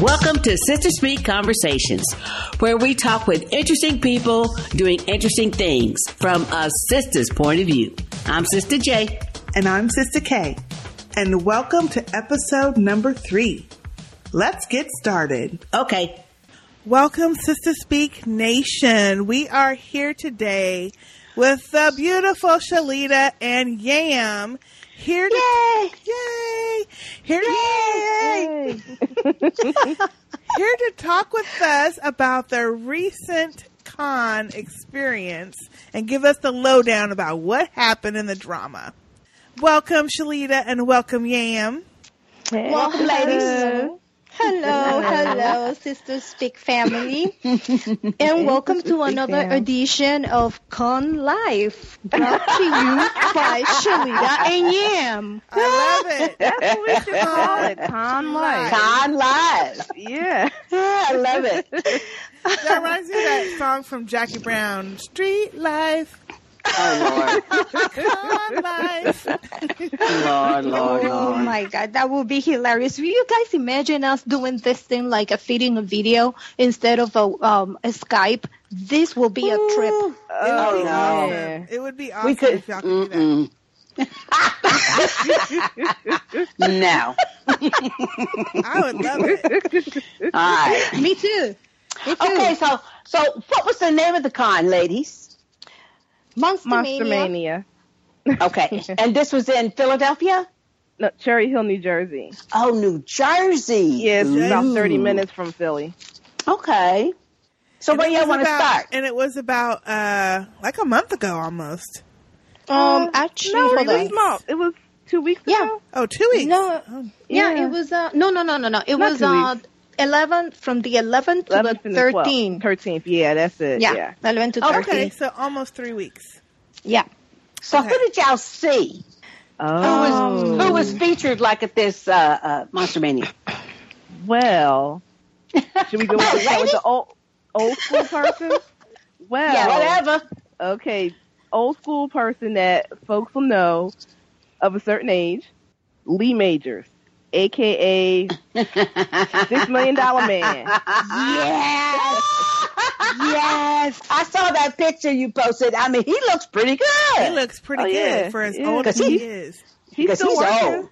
Welcome to Sister Speak Conversations, where we talk with interesting people doing interesting things from a sister's point of view. I'm Sister J. And I'm Sister K. And welcome to episode number three. Let's get started. Okay. Welcome, Sister Speak Nation. We are here today with the beautiful Shalita and Yam. Here to Yay! Yay! Here to Yay! here to talk with us about their recent con experience and give us the lowdown about what happened in the drama. Welcome, Shalita, and welcome, Yam. Welcome, ladies. Hello, hello, Sister Speak family, and welcome to another edition of Con Life, brought to you by Shalita and Yam. I love it. That's what we should call it. Con life. Con live. Yeah. Yeah, I love it. That reminds me of that song from Jackie Brown, Street Life. Oh, Con life. Lord. Lord, Lord, Oh Lord. my god, that would be hilarious. Will you guys imagine us doing this thing like a feeding a video instead of a, um, a Skype? This will be a trip. it would Oh, be no. awesome. It would be awesome We could. if y'all could do that. Mm-mm. no. I would love it. All right. Me too. Me too. Okay, so so what was the name of the con, ladies? Monster, Monster Mania. Okay, and this was in Philadelphia. No, Cherry Hill, New Jersey. Oh, New Jersey. Yeah, it's about Ooh. 30 minutes from Philly. Okay. So where And it y'all was want to about- start? And it was about uh, like a month ago almost. Um, actually, No, it hold on. was small. It was two weeks Yeah. ago. Oh, two weeks. No, Oh, yeah, Yeah. it was uh, no, no, no, no, no. It Not was two uh, eleven from the eleven to the 11th and the 12th. thirteen. 13th. Yeah, that's it. Yeah. Yeah, eleven to Oh, thirteen. okay, so almost three weeks. Yeah. So okay. who did y'all see? Oh. Who was who was featured like at this uh, uh, Monster Mania? Well, should we go with, the- with the old, old school person? Well, Yeah, whatever. okay, old school person that folks will know of a certain age, Lee Majors, aka Six Million Dollar Man. Yes. yes. I saw that picture you posted. I mean, he looks pretty good. He looks pretty Oh, good yeah, for as yeah. old as 'Cause he he- is. He's because still he's working. old.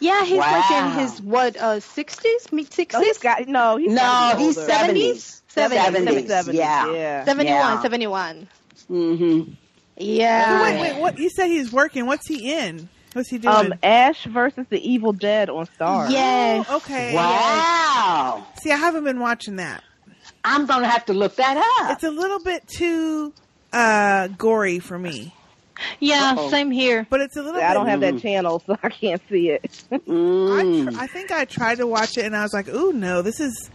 Yeah, he's like in Wow. his what uh sixties, mid No, Oh, he's sixties, got no. He's No, gotta be he's older. 70s. 70s, 70s. Yeah. yeah. 71, Yeah. 71. Mm-hmm. Yeah. wait, wait, what? You said he's working. What's he in? What's he doing? Um, Ash versus the Evil Dead on Star. Yes. Oh, okay. Wow. See, I haven't been watching that. I'm going to have to look that up. It's a little bit too uh, gory for me, Yeah, Uh-oh. same here. but it's a little. I don't bit, have that channel, so I can't see it. I, Mm. tr- I think I tried to watch it and I was like, "Ooh, no, this is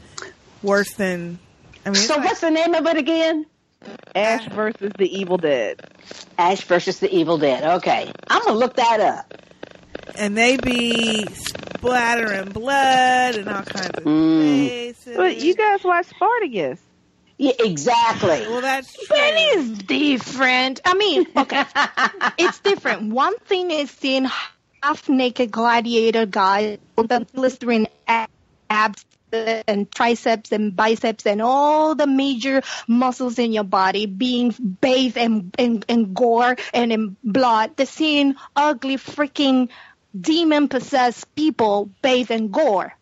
worse than." I mean, it's So like- what's the name of it again? Uh. Ash versus the Evil Dead. Ash versus the Evil Dead. Okay. I'm going to look that up. and they be splattering blood and all kinds of Mm. faces. But you guys watch Spartacus. Yeah, exactly. well, that's true. It is different. I mean, okay, it's different. One thing is seeing half naked gladiator guys with the blistering ab- abs and triceps and biceps and all the major muscles in your body being bathed in, in, in gore and in blood. The seeing ugly, freaking demon possessed people bathed in gore.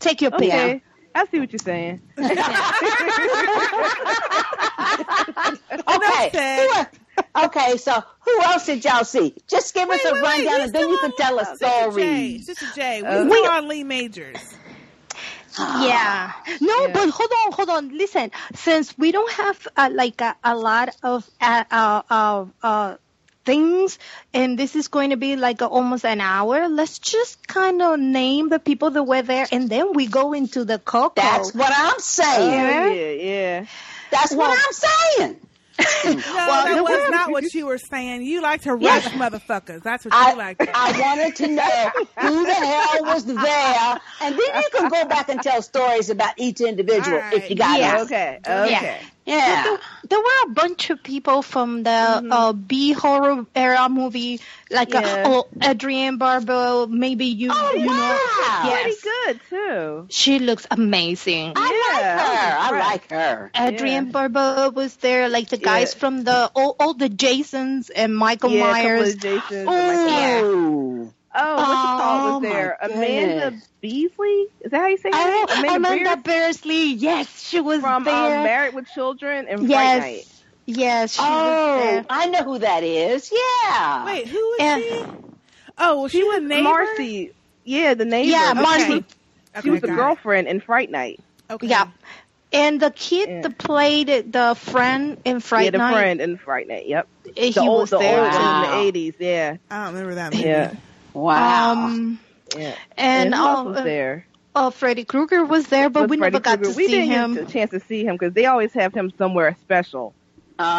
Take your pick. Okay. I see what you're saying. Okay. said. Who el- okay, so who else did y'all see? Just give us a wait, wait, rundown we and then you still can tell us Sister J, story. Uh, Sister J, we Okay. saw Lee Majors. Yeah. No, Yeah. but hold on, hold on. Listen, since we don't have uh, like a, a lot of uh, uh, uh, uh, things, and this is going to be like a, almost an hour, let's just kind of name the people that were there, and then we go into the cocoa. That's what I'm saying. Oh, Yeah, yeah. That's what I'm saying. Oh. No, the that was one- not what you were saying. You like to rush motherfuckers. That's what you I, like. I wanted to know who the hell was there, and then you can go back and tell stories about each individual All right. if you got Yeah. it. Okay. Yeah. Okay. Yeah. There were a bunch of people from the uh, B horror era movie, like uh Yeah. oh, Adrienne Barbeau. Maybe you, Oh, you wow. know, Pretty yes, good too. she looks amazing. Yeah. I like her. I like her. Adrian Barbeau was there, like the guys Yeah. from the all, all the Jasons and Michael yeah, a couple Myers. of Jasons and Michael- Yeah. Ooh. Oh, what's Oh, it called? Was my there Amanda goodness. Beasley? Is that how you say her Oh, name? Amanda, Beard Bearsley, yes, she was from there. um, Married with Children and Fright Night. yes, yes, she was Oh, there. I know who that is. Yeah. Wait, who was Yeah. she? Oh, well, she, was neighbor? Marcy. Yeah, the neighbor. Yeah, She Marcy. was- Okay, She was the got it. girlfriend in Fright Night. Okay. Yeah, and the kid Yeah. that played the friend in Fright yeah, the Night, friend in Fright Night. Yep. he the old, was the there old too. one in Wow. the eighties. Yeah, I don't remember that movie. yeah, Wow. Um, yeah. and who else oh, was uh, there? oh, Freddy Krueger was there, but With we never Freddy got Krueger. to we see didn't him. get a chance to see him because they always have him somewhere special.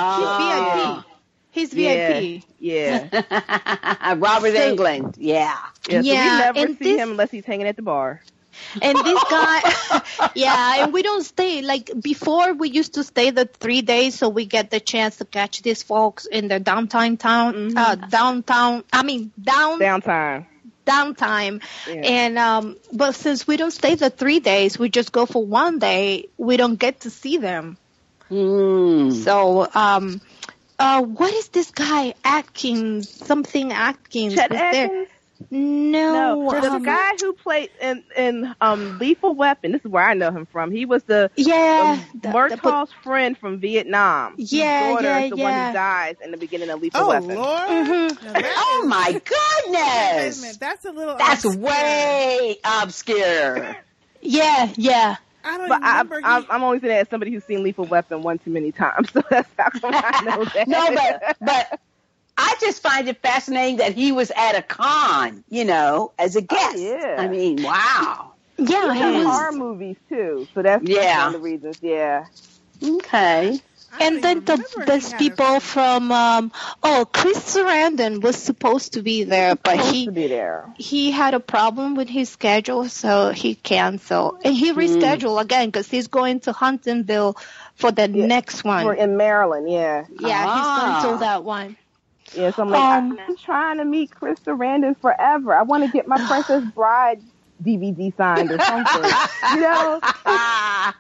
oh. He's VIP. Yeah, yeah. Robert So- England. Yeah. Yeah, yeah. so we never and see this- him unless he's hanging at the bar. And this guy, yeah, and we don't stay. Like before, we used to stay the three days, so we get the chance to catch these folks in the downtown town, uh, downtown. I mean, down Downtime. downtime. Yeah. Um, And um, but since we don't stay the three days, we just go for one day. We don't get to see them. Hmm. So um, uh, what is this guy Atkins? Something Atkins Chet was there? Atkins? No, No, the um, guy who played in in um, Lethal Weapon. This is where I know him from. He was the Yeah, um, Ah, the- the- Murtaugh's friend from Vietnam. His Yeah, daughter yeah, is the one yeah. who dies in the beginning of Lethal Oh, Weapon. Lord. Now that Oh is- my Wait a goodness. minute, that's a little. That's obscure. way obscure. yeah, yeah. I don't But I, remember. I, he- I'm only saying that as somebody who's seen Lethal Weapon one too many times, so that's how come I know that. no, but but I just find it fascinating that he was at a con, you know, as Oh, a guest. yeah. I mean, wow. Yeah, he Some was horror movies too, so that's Yeah. one of the reasons. Yeah, Okay. I don't and then even the, remember he those had a- people from um, oh Chris Sarandon was supposed to be there, but supposed he to be there. he had a problem with his schedule, so he canceled and he Hmm. rescheduled again because he's going to Huntingville for the next one. We're in Maryland. Yeah, yeah, Ah. he's going to that one. yeah. So I'm like, Um, I'm trying to meet Chris Sarandon forever. I want to get my Princess Bride DVD signed or something. you know, Ah,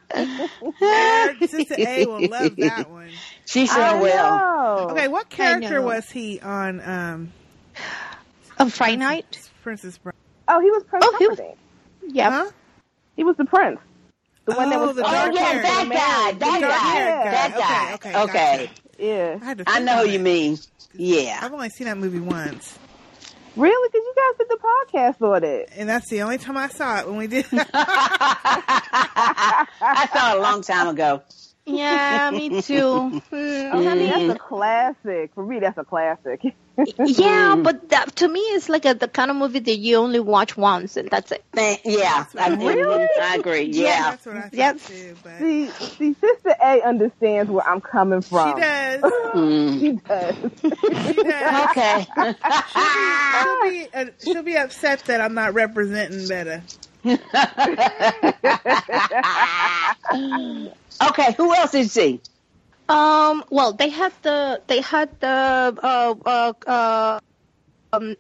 Eric, Sister A will love that one. she I sure will. know. Okay, what character know. was he on um, On Friday night, Princess Bride? Oh, he was Prince. Oh, he was- Humperdinck. yeah, Huh? He was the prince. The one that Oh, was the oh, Oh dark yeah, hair. that guy, that The dark guy, hair guy. that guy. Okay, Okay, okay, yeah. I, had to I think know on who you it. mean. Yeah. I've only seen that movie once, Really? Because you guys did the podcast on it. and that's the only time I saw it when we did. I saw it a long time ago. yeah, me too. Mm. Oh, honey, that's a classic. For me, that's a classic. Yeah, but that, to me, it's like a, the kind of movie that you only watch once and that's it. Thank- Yeah, I, Really? I agree. Yeah. that's what I thought Yep. too. But see, see, Sister A understands where I'm coming from. she does. Mm. She does. She does. Okay. She'll be uh, she'll be upset that I'm not representing better. okay. Who else did she? Um. Well, they had the they had the uh uh, uh um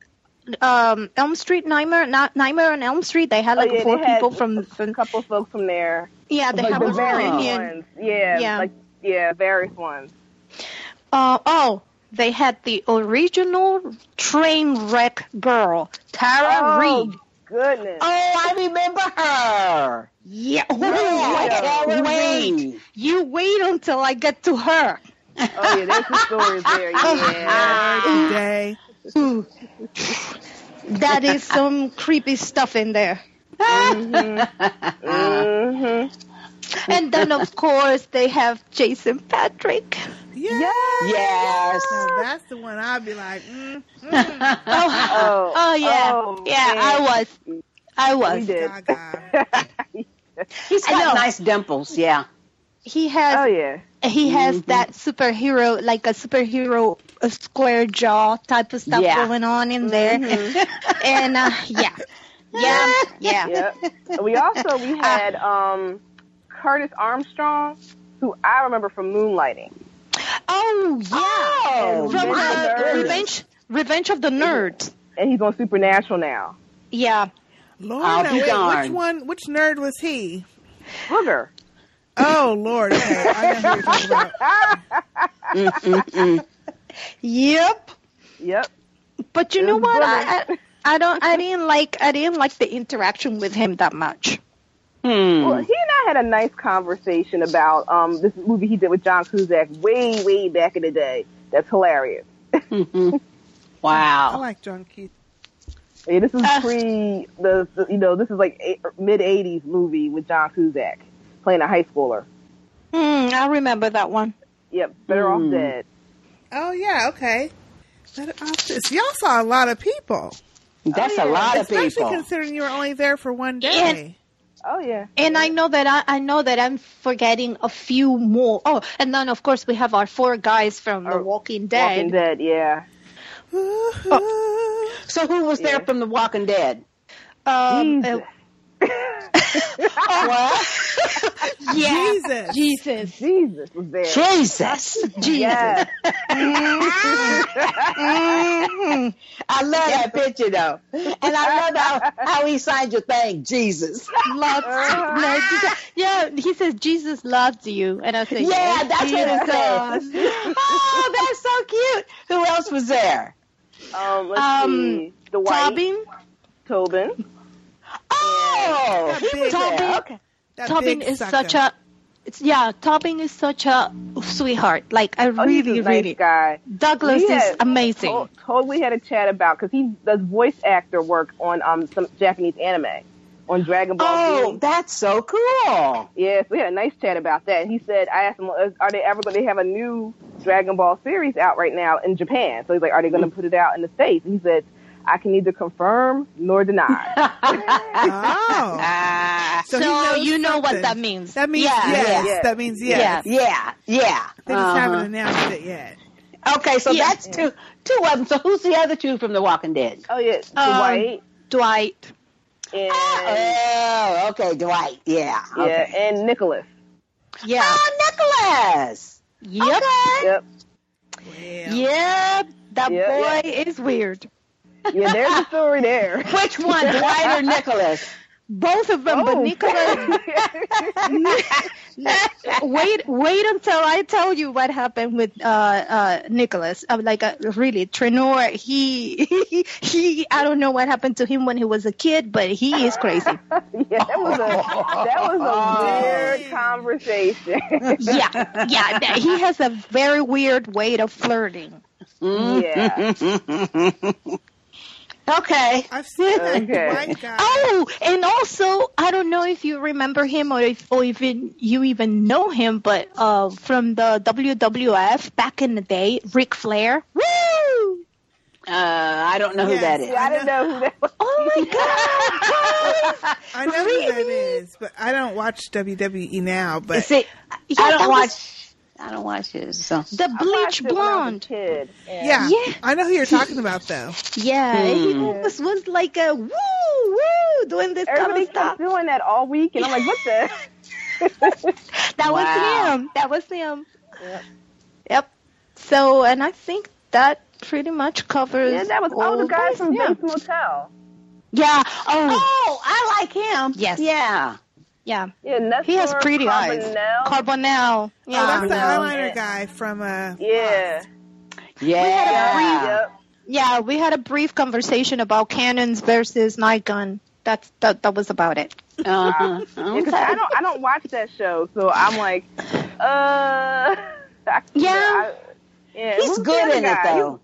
um Elm Street Nightmare not Nightmare on Elm Street. They had Oh, like yeah, four they had people from, A from couple folks from there. yeah they Like had the a various reunion. ones. Yeah, Yeah. like yeah, various ones. Uh, oh, they had the original train wreck girl Tara oh Reid. goodness. Oh, I remember her. Yeah. Yeah, Oh, Tara wait, wait. Reid. You wait until I get to her. Oh yeah, there's some stories there. Yeah. Today, Ooh. that is some creepy stuff in there. uh, Mm-hmm. hmm And then, of course, they have Jason Patrick. yeah. Yes. Now that's the one I'd be like, mm, Oh, Oh, oh yeah, oh, yeah. man. I was, I We was. did. Gaga. He's I know. got nice dimples. Yeah. He has, Oh yeah. Mm-hmm. he has that superhero, like a superhero a square jaw type of stuff Yeah. going on in there. Mm-hmm. and uh, yeah, yeah, yeah. Ah. Yep. we also we had um Curtis Armstrong. who I remember from Moonlighting. Oh yeah, Oh, from Revenge of the uh, Nerds. Mm-hmm. Revenge Revenge of the Nerds. And he's on Supernatural now. Yeah, Lord, I'll now be wait, which darned. one? Which nerd was he? Booger. Oh Lord, okay. I know who you're talking about. Ah. yep. Yep. But you know was what? I, I brilliant. I don't. I didn't like. I didn't like the interaction with him that much. Well, he and I had a nice conversation about um, this movie he did with John Cusack way, way back in the day. That's hilarious. I Wow. like John Keith. Yeah, this is Uh. pre the, the you know this is like eight, mid '80s movie with John Cusack playing a high schooler. Hmm, I remember that one. Yep, better off dead. Oh yeah, okay. But, uh, this- Y'all saw a lot of people, That's a lot of especially people. considering you were only there for one day. And- Oh yeah, And I know that I, I know that I'm forgetting a few more. Oh, and then of course we have our four guys from The Our Walking Dead. Walking Dead. Yeah, Woo-hoo. So who was there Yeah. from The Walking Dead? Um, Jesus. uh, yeah, Jesus. Jesus. Jesus was there. Jesus. Yeah, I love that picture though. And I love how, how he signed your thing, Jesus. Oh, loves no, Jesus- yeah, he says Jesus loves you, and I say, Yeah, "Yes, that's what it Jesus." says. Oh, that's so cute. Who else was there? um, let's Um, see, the white Tobin, Tobin. Oh, That he was big- there. Tobin, Okay. That Tobin big is sucker. such a, it's, yeah, Tobin is such a sweetheart. Like I Oh, he's a really, nice really, guy. Douglas We is had amazing. Oh, To- totally had a chat about because he does voice actor work on um some Japanese anime on Dragon Ball. Oh, Z. that's so cool. Yes, we had a nice chat about that. And he said, I asked him, "Is- are they ever going to have a new Dragon Ball series out right now in Japan? So he's like, are they going to put it out in the States? And he said, I can neither confirm nor deny. Oh. Ah, So, he So knows you know what something. that means. That means Yeah, yes. yeah. That means yes. Yeah. yeah, yeah. They just haven't Uh-huh. announced it yet. Okay, so Yeah. that's two two of them. So who's the other two from The Walking Dead? oh, yeah, Um, Dwight. Dwight. And, Oh, okay, Dwight. Yeah. yeah, Okay. and Nicholas. Yeah. Oh, Nicholas. Yep. Okay. Yep. Well, Yep. That Yeah. boy is weird. Yeah, there's a story there. Which one, Dwight or Nicholas? Both of them, but Oh. Nicholas. wait, wait until I tell you what happened with uh, uh, Nicholas. I'm like, uh, really, Trenor. He, he, I don't know what happened to him when he was a kid, but he is crazy. yeah, that was a that was a weird conversation. yeah, yeah. that- He has a very weird way of flirting. yeah. Mm-hmm. Okay. I've seen that Okay. white guy. Oh, and also, I don't know if you remember him or if or even you even know him, but uh, from the WWF back in the day, Ric Flair. Woo! Uh, I don't know who Yes. that is. Yeah, I didn't know who that was. Oh my god! I know who that is, but I don't watch WWE now. But See, Yeah, I that was don't watch. I don't watch it. So. the I watched bleach it when I was a blonde. Kid. Hmm. and- yeah, Yeah. I know who you're talking about though. Yeah, he was, was like a woo woo doing this kind Everybody of kept stuff. doing that all week, and I'm like, what the? That Wow. was him. That was him. Yep. So, and I think that pretty much covers. Yeah, that was all the guys from yeah. Bates Motel. Yeah. Oh, Oh, I like him. Yes. yeah. Yeah. Yeah, Nestor, He has pretty Carbonell. eyes. Oh, Carbonell. Yeah. that's the Yeah. eyeliner guy from uh, yeah. Yeah. Yep. yeah, we had a brief conversation about cannons versus night gun. That's that, that was about it. Uh-huh. Yeah, 'cause I Okay. don't, I don't watch that show, so I'm like, uh, I- Yeah. I- yeah. who was He's the good other in it guy? He- though.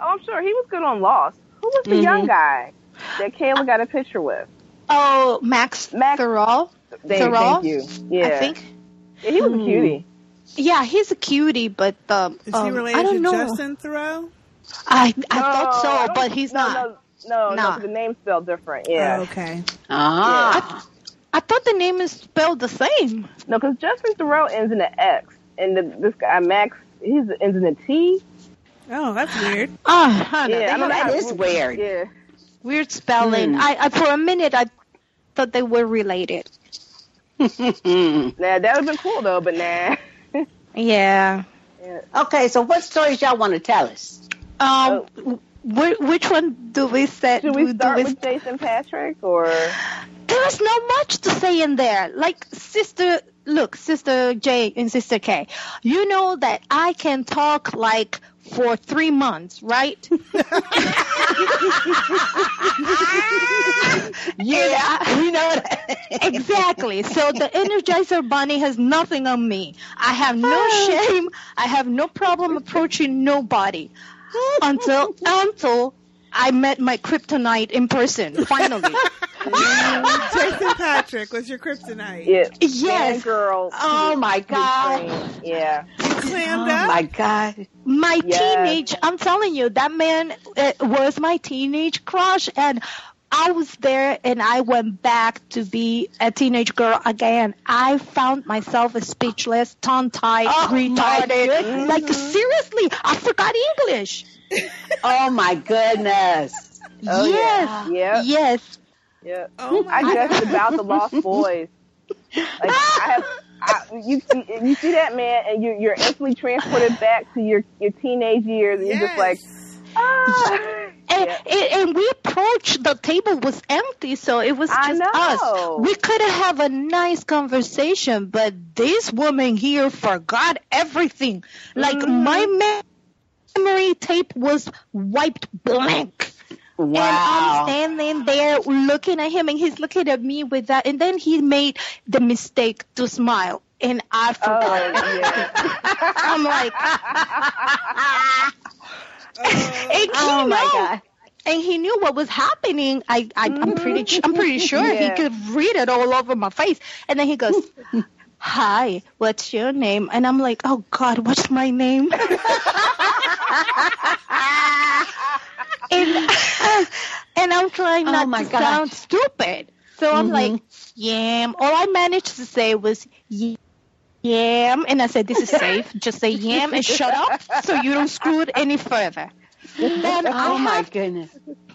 oh, I'm sure he was good on Lost. Who was the Mm-hmm. young guy that Kayla got a picture with? Oh, Max, Max- Thoreau. Thank, Thoreau? thank you. Yeah, I think. Hmm. yeah, he was a cutie. Yeah, he's a cutie, but um, Is he um, I related don't to know. Justin Thoreau? I I No, thought Oh, I so, don't- but he's no, not. No, no, no, Nah. 'cause the name's spelled different. Yeah. Oh, okay. Ah. I thought the name is spelled the same. No, because Justin Thoreau ends in an X, and the, this guy Max, he's ends in a T. Oh, that's weird. Oh, honey, Yeah, I they have don't Hmm. know that how- is weird. Yeah, weird spelling. I, I for a minute I thought they were related. Uh-huh. nah, that would have been cool though, but nah. Yeah. Okay, so what stories y'all want to tell us? Um, wh- which one do we set? Should Oh. we do start we with Jason Patrick or there's not much to say in there. Like sister, look, sister J and sister K, you know that I can talk like for three months, right? Yeah, we know that. exactly. So the Energizer Bunny has nothing on me. I have no Ah. shame. I have no problem approaching nobody until until I met my kryptonite in person. Finally, Jason Patrick was your kryptonite. yeah, yes. Uh, girl? Oh my god. Yeah, Clammed Oh up. my god. my Yes. teenage i'm telling you that man uh, was my teenage crush and i was there and i went back to be a teenage girl again i found myself a speechless tongue-tied Oh, my retarded goodness. like seriously i forgot english Oh my goodness. Oh, yes yeah, yes yeah. Oh my I God. just about the Lost Boys. Like I have, I, you see, you see that man, and you, you're instantly transported back to your your teenage years, and you're just like, Yes. ah. and, Yeah. and, and we approached the table was empty so it was I just know. us we could have a nice conversation but this woman here forgot everything like Mm-hmm. my me- memory tape was wiped blank um, and I'm Wow. standing there looking at him, and he's looking at me with that. And then he made the mistake to smile, and I Oh forgot. yeah, I'm like, Oh, And he Oh my know. god. And he knew what was happening. I, I I'm pretty, ch- Mm-hmm. I'm pretty sure he Yeah. could read it all over my face. And then he goes, "Hi, what's your name?" And I'm like, "Oh God, what's my name?" and and I'm trying Oh not my to gosh. Mm-hmm. sound stupid. So I'm like, "Yam." All I managed to say was, "Ye- "Yam," and I said, "This is safe. Just say yam and shut up, so you don't screw it any further." Then I Oh my have goodness.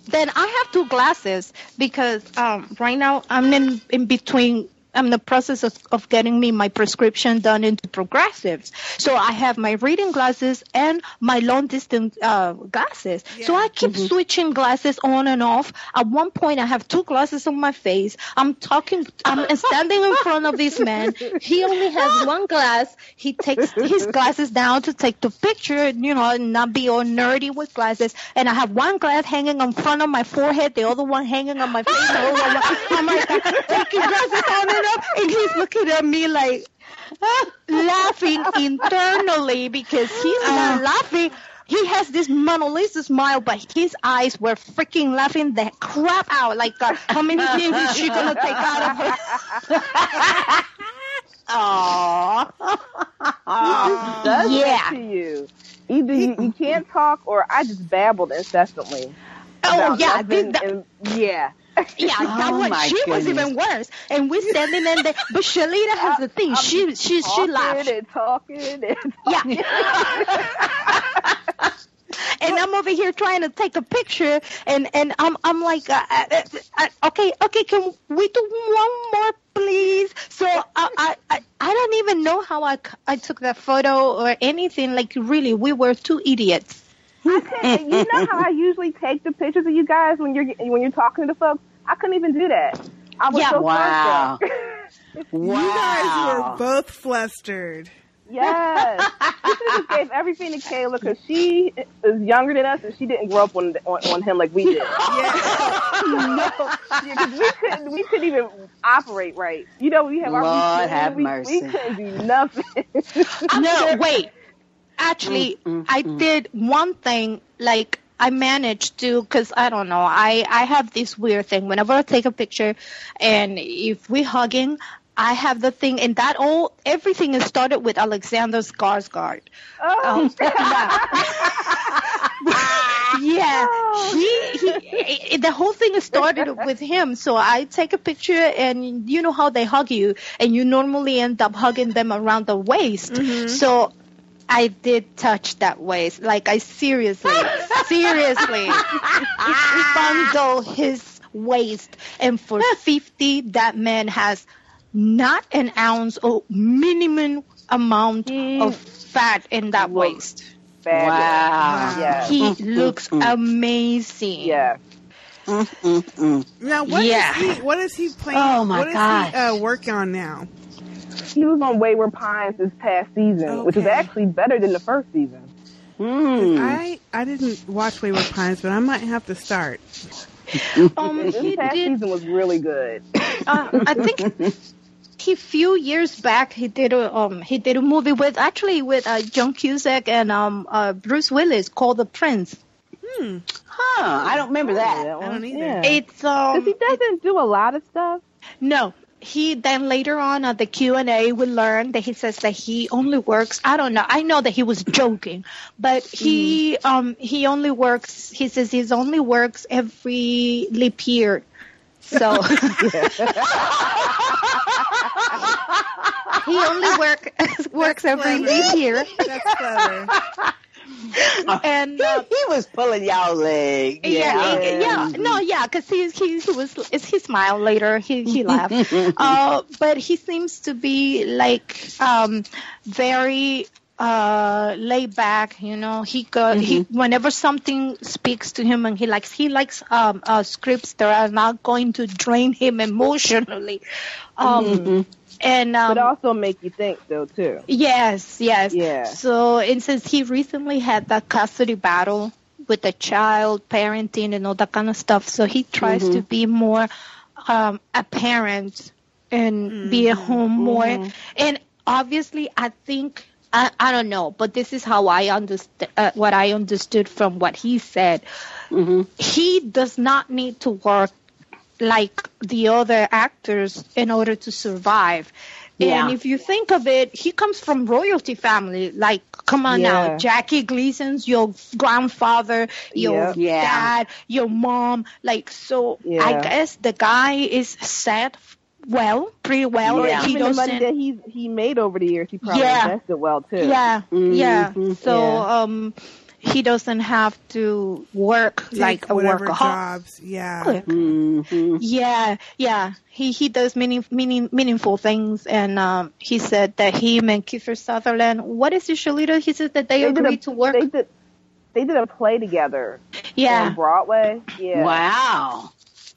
then I have two glasses because um, right now I'm in, in between. I'm in the process of, of getting me my prescription done into progressives. So I have my reading glasses and my long distance uh, glasses. So Yeah. I keep Mm-hmm. switching glasses on and off. At one point, I have two glasses on my face. I'm talking, I'm standing in front of this man. He only has one glass. He takes his glasses down to take the picture, you know, and not be all nerdy with glasses. And I have one glass hanging in front of my forehead, the other one hanging on my face. The other one- I'm like, taking glasses on and off. And he's looking at me like, laughing internally because he's not laughing. He has this Mona Lisa smile, but his eyes were freaking laughing the crap out. Like, uh, how many things is she gonna take out of her? Aww. Uh, does Yeah. that to you? Either you, you can't talk, or I just babbled incessantly. Oh about yeah, nothing thi- that, and- yeah. yeah, that Oh, one. my She was goodness. even worse, and we're standing in there. But Shalita has the thing. She she she talking laughed. and talking and Yeah. and I'm over here trying to take a picture, and and I'm I'm like, uh, uh, uh, okay, okay, can we do one more, please? So I I I, I don't even know how I c- I took that photo or anything. Like really, we were two idiots. I couldn't. You know how I usually take the pictures of you guys when you're when you're talking to folks. I couldn't even do that. I was Yeah. so Wow. starstruck. Wow. You guys were both flustered. yes, this just gave everything to Kayla because she is younger than us and she didn't grow up on on, on him like we did. Yes. Yeah, 'cause we couldn't we couldn't even operate right. You know we have our Lord routine, have we, mercy. We couldn't do nothing. no, wait. Actually, I did one thing. Like I managed to, because I don't know. I I have this weird thing. Whenever I take a picture, and if we hugging, I have the thing, and that all everything is started with Alexander Skarsgård. Oh, Yeah, he, he the whole thing started with him. So I take a picture, and you know how they hug you, and you normally end up hugging them around the waist. So I did touch that waist, like I seriously, seriously fondle his waist, and for fifty, that man has not an ounce or minimum amount of fat in that Look. waist. Fabulous. Wow. Yes. He looks amazing. yes. Now what is Yeah. he? What is he playing? Oh, my what is gosh. he uh, working on now? He was on Wayward Pines this past season, which is Okay. actually better than the first season. Hmm. I I didn't watch Wayward Pines, but I might have to start. Um, This he past did. season was really good. Uh, I think he few years back he did a um he did a movie with actually with uh, John Cusack and um uh, Bruce Willis called The Prince. Huh, I don't remember Oh, that. That one. don't either. Yeah. It's um Because he doesn't do a lot of stuff. No, he then later on at the Q and A we learned that he says that he only works. I don't know. I know that he was joking, but he um he only works. He says he's only works every leap year. So he only work, works every leap year, That's clever. and He, uh, he was pulling y'all leg. Yeah, yeah, yeah. no, yeah, because he, he he was it's he smiled later. He he laughed, uh, but he seems to be like um, very uh laid back you know he go he whenever something speaks to him and he likes he likes um uh scripts that are not going to drain him emotionally um and um But also make you think though too. Yes, yes. Yeah. So, and since he recently had that custody battle with the child, parenting, and all that kind of stuff, so he tries to be more um, a parent and be at home more. And obviously, I think. I, I don't know, but this is how I understand uh, what I understood from what he said. He does not need to work like the other actors in order to survive. Yeah. And if you think of it, he comes from royalty family. Like, come on Yeah. now, Jackie Gleason's your grandfather, your Yeah. Yeah. dad, your mom. Like, so I Yeah. guess the guy is set f- well, pretty well. Yeah. He Even the money that doesn't. he he made over the years, he probably Yeah. invested well too. Yeah, yeah. So, Mm-hmm. Yeah. um, he doesn't have to work Take like a whatever workaholic. jobs. Yeah. Mm-hmm. Yeah, yeah. He he does meaning, meaning meaningful things, and um, he said that him and Kiefer Sutherland. What is it, Shalita? He said that they, They did agreed a, to work. They did they did a play together on yeah, Broadway. Yeah. Wow.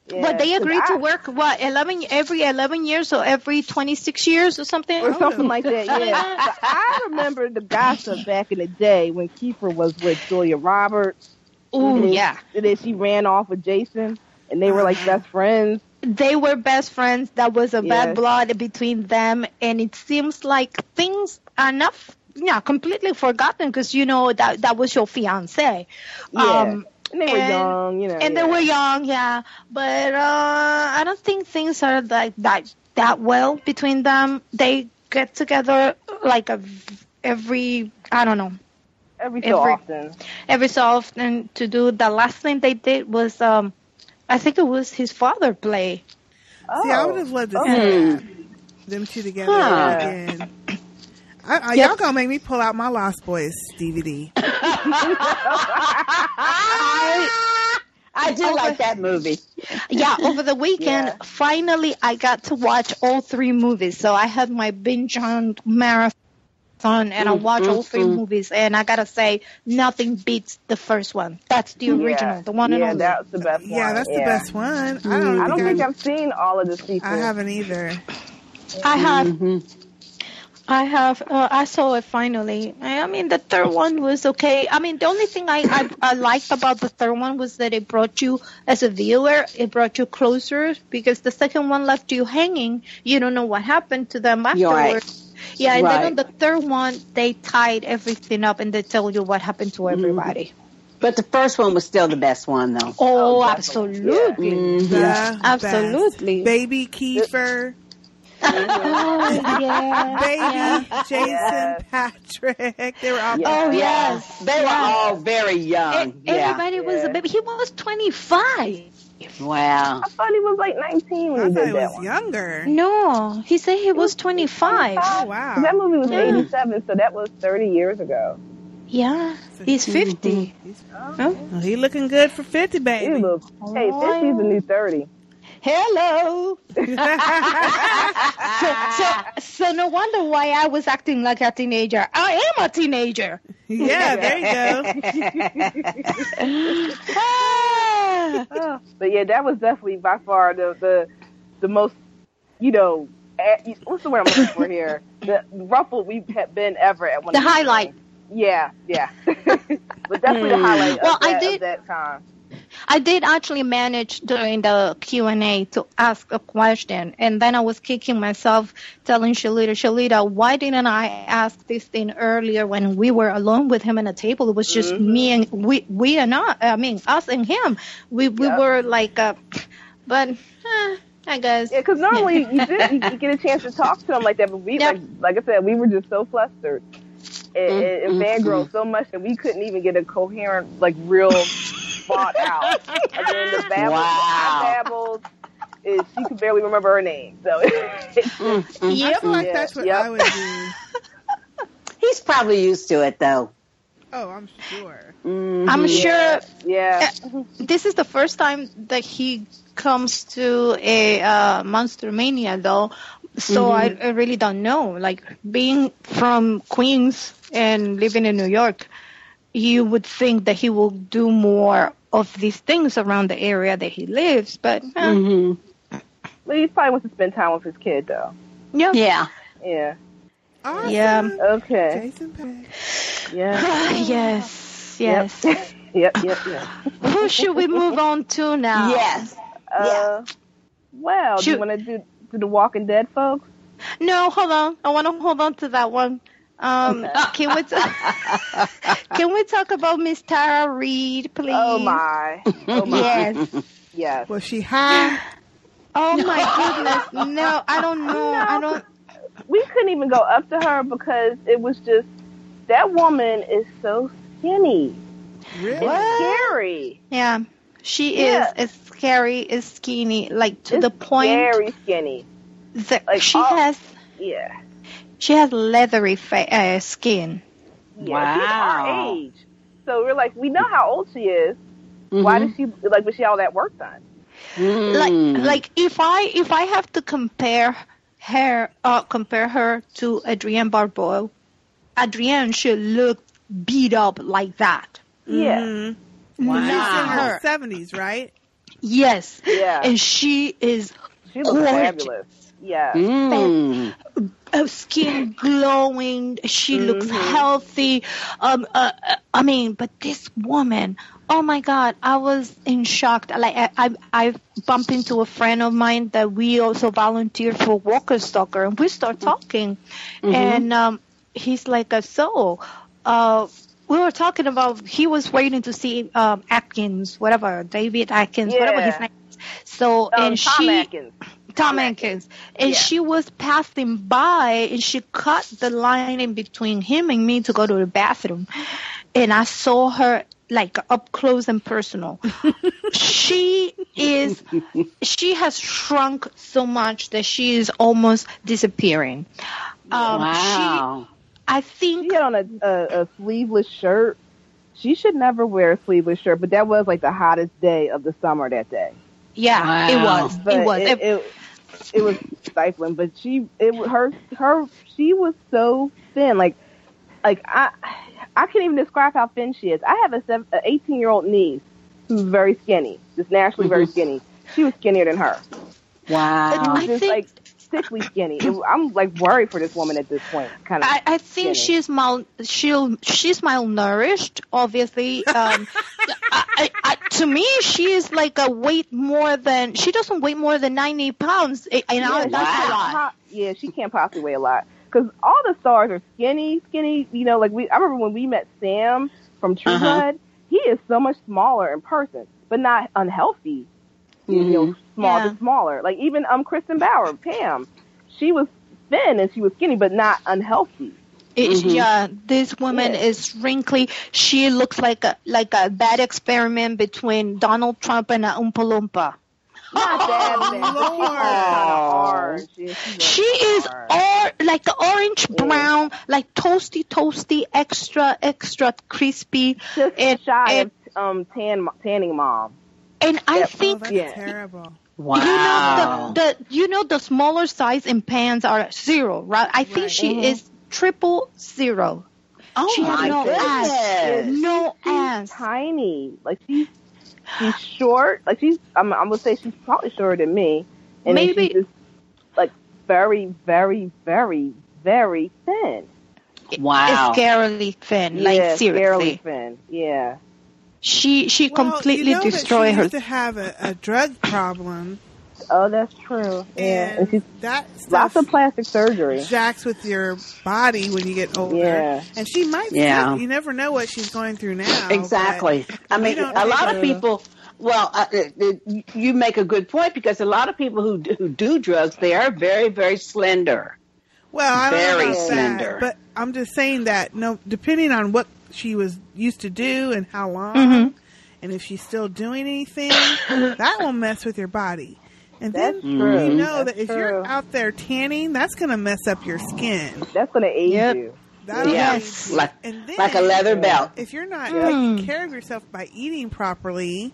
yeah. but they 'Cause agreed I- to work what eleven every eleven years or every twenty six years or something. or something like that. Yeah, But I remember the gossip back in the day when Kiefer was with Julia Roberts, Oh yeah, and then she ran off with Jason, and they were like Uh-huh. best friends. they were best friends. That was a bad Yes. blood between them, and it seems like things are not yeah completely forgotten because you know that that was your Um, fiance. Yeah, and they were and- young, you know. and yeah. they were young, yeah. But uh, I don't think things are that that that well between them. They get together like a, every I don't know every so every- often. every so often to do. The last thing they did was um, I think it was his father play. Oh, See, I would have loved to see that. Them two together Huh. again. I, I, Yep. Y'all gonna make me pull out my Lost Boys DVD. I do like that movie. Yeah, over the weekend, Yeah. finally I got to watch all three movies. So I had my binge on marathon and I Mm, watched all three movies. And I gotta say, nothing beats the first one. That's the Yeah. original, the one and yeah, only. that's the best one. Yeah, that's the best one. I don't. I don't think I, I've seen all of the sequels. I haven't either. I have. Mm-hmm. I have. Uh, I saw it finally. I I mean, the third one was okay. I mean, the only thing I, I, I liked about the third one was that it brought you, as a viewer, it brought you closer because the second one left you hanging. You don't know what happened to them You're right. afterwards. Yeah, and Right. then on the third one, they tied everything up and they tell you what happened Mm-hmm. to everybody. But the first one was still the best one, though. Oh, definitely. Yeah. absolutely. Mm. The Mm-hmm. best. Absolutely. Baby Kiefer, Oh, yeah. baby Jason Yes. Patrick. They were all. Yeah. Oh, yes. They were all very young. E- yeah. Everybody was a Yeah. baby. He was 25. Wow. I thought he was like 19 when I he thought did he that was one. younger. No, he said he was 25. Oh So that wow. movie was Yeah. 87, so that was 30 years ago. Yeah, he's 50. Well, he looking good for fifty, He baby. was, hey, 50's the new 30. hello. So, so, so no wonder why I was acting like a teenager. I am a teenager. Yeah, there you go. Ah. But yeah, that was definitely by far the the the most, you know, at, what's the word I'm looking for here? The ruffled we've had been ever at one. The of these highlight. Hmm. things. Yeah, yeah. but definitely the highlight Well, of, I that, did- of that time. I did actually manage during the Q and A to ask a question, and then I was kicking myself, telling Shalita, Shalita, why didn't I ask this thing earlier when we were alone with him at a table? It was just me and we, we and I. I mean, us and him. We we Yeah. were like, uh, but eh, I guess. Yeah, because normally you did you, you get a chance to talk to them like that, but we Yep. Mm, like like I said, we were just so flustered and, and, and fangirled so much that we couldn't even get a coherent like real thought out. And then the babbles, I babbled, is she could barely remember her name. So I Yep. feel like Yeah, that's what yep. I would do. He's probably used to it though. Oh, I'm sure. I'm sure yeah, Uh, this is the first time that he comes to a uh, Monster Mania, though. So I, I really don't know. Like being from Queens and living in New York, you would think that he will do more of these things around the area that he lives. But eh, Mm-hmm. Well, he probably wants to spend time with his kid though. yeah, Yeah. Yeah. Awesome. Yeah. Okay. Jason Peck. Yeah. yes, yes. Yep. Yep. Yep. Who should we move on to now? Yes. Uh, well, do you Shoot. want to do, do the Walking Dead folks? No, hold on. I want to hold on to that one. Um, Can we ta- can we talk about Miss Tara Reed, please? Oh my. Oh my. Yes. Yes. Was she high? Oh my goodness. No, I don't know. I don't. we couldn't even go up to her because it was just that woman is so skinny. Really? It's scary. Yeah, she Yeah. is. Is scary. Is skinny. Like to It's the point Very skinny. that like, oh. she all- has Yeah. she has leathery fa- uh, skin. yeah. She's our age. So we're like, we know how old she is. Why did Mm-hmm. she like? Was she all that work done? Mm-hmm. Hmm. Like like if I if I have to compare her uh, compare her to Adrienne Barbeau, Adrienne should look beat up like that. Mm-hmm. Yeah. She's in Not her her. 70s, right? Yes. Yeah. And she is She looks Gorgeous. Mm-hmm. fabulous. Yeah. Um, Um, Mm. her skin glowing. She looks Mm-hmm. healthy. Um, uh, uh, I mean, but this woman, oh my God, I was in shock. Like I, I, I bumped into a friend of mine that we also volunteered for Walker Stalker, and we start talking, Mm-hmm. and um, he's like, uh, so, uh. We were talking about he was waiting to see um, Atkins, whatever David Atkins, whatever his Yeah. name. is. So Um, and Tom she, Atkins. Tom Atkins. And Yeah. she was passing by and she cut the line in between him and me to go to the bathroom. And I saw her like up close and personal. she is she has shrunk so much that she is almost disappearing. Um, she, Wow. I think She had on a, a, a sleeveless shirt. She should never wear a sleeveless shirt, but that was like the hottest day of the summer that day. yeah, it Wow. was. but it was. it, it, it was stifling. But she, it wa- her her she was so thin, like like I I can't even describe how thin she is. I have a seven, an eighteen year old niece who's very skinny, just naturally very skinny. She was skinnier than her, Wow. I just think- like sickly skinny. It- I'm like worried for this woman at this point, kind of. I, I think Skinny. she's mal she'll she's malnourished. Obviously, um, I, I, I, to me she is like a weight more than she doesn't weigh more than ninety pounds, eh, and I, she that's a can't lot. po- yeah, she can't possibly weigh a lot because all the stars are skinny, skinny. You know, like we. I remember when we met Sam from True Uh-huh. Blood. He is so much smaller in person, but not unhealthy. You know, small Mm-hmm. Yeah. but smaller. Like even um Kristen Bauer, Pam, she was thin and she was skinny, but not unhealthy. It- Yeah, this woman Yeah. is wrinkly. She looks like a like a bad experiment between Donald Trump and a Oompa Loompa. Not that bad. but She was kind of orange. Yeah, was She is orange. or like the orange brown, like toasty, toasty, extra, extra crispy, just and shy and, of um tan tanning mom. and I Yep. Oh, think that's Yeah. terrible. You know the, the you know the smaller size in pants are zero, right? I think she is triple zero. Oh she my had no ass, goodness. no She's ass. tiny. Like she's she's short. Like she's I'm I'm gonna say she's probably shorter than me. And then Maybe- she's just, like very, very, very, very thin. Wow. It's scarily thin, yeah, like barely seriously. thin. Yeah. She she Well, you completely know that destroyed she her. Used to have a, a drug problem, Oh, that's true. Yeah. And and she's that stuff lots of plastic surgery. jacks with your body when you get older. Yeah. And she might. Yeah. Yeah. You never know what she's going through now. but- Exactly. I We mean, don't a lot know. of people. Well, uh, uh, uh, you make a good point because a lot of people who do, who do drugs they are very very slender. Well, I don't Very know about slender. That, but I'm just saying that no, depending on what she was used to do and how long, Mm-hmm. and if she's still doing anything, that will mess with your body. And That's then true. you know That's that if you're true. out there tanning, that's going to mess up your skin. That's gonna age Yep. you. That'll Yes, be- like- and then, like a leather belt. Mm. If you're not Yeah. taking care of yourself by eating properly,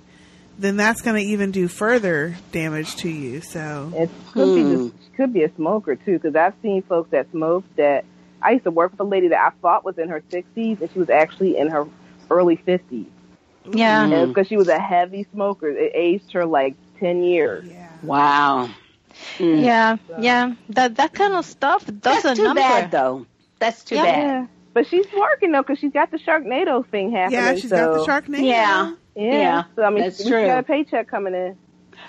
then that's going to even do further damage to you. So It could be just, Hmm. could be a smoker too, because I've seen folks that smoke that. I used to work with a lady that I thought was in her 60s, and she was actually in her early 50s. Yeah. Mm. And it's because she was a heavy smoker. It aged her like 10 years. yeah, Wow, Yeah, yeah. That that kind of stuff does that's a too number. bad though. That's too Yeah. bad. But she's working though, because she's got the Sharknado thing happening. yeah, she's so, got the shark name. Yeah. Yeah. Yeah, so I mean, that's she got true. a paycheck coming in.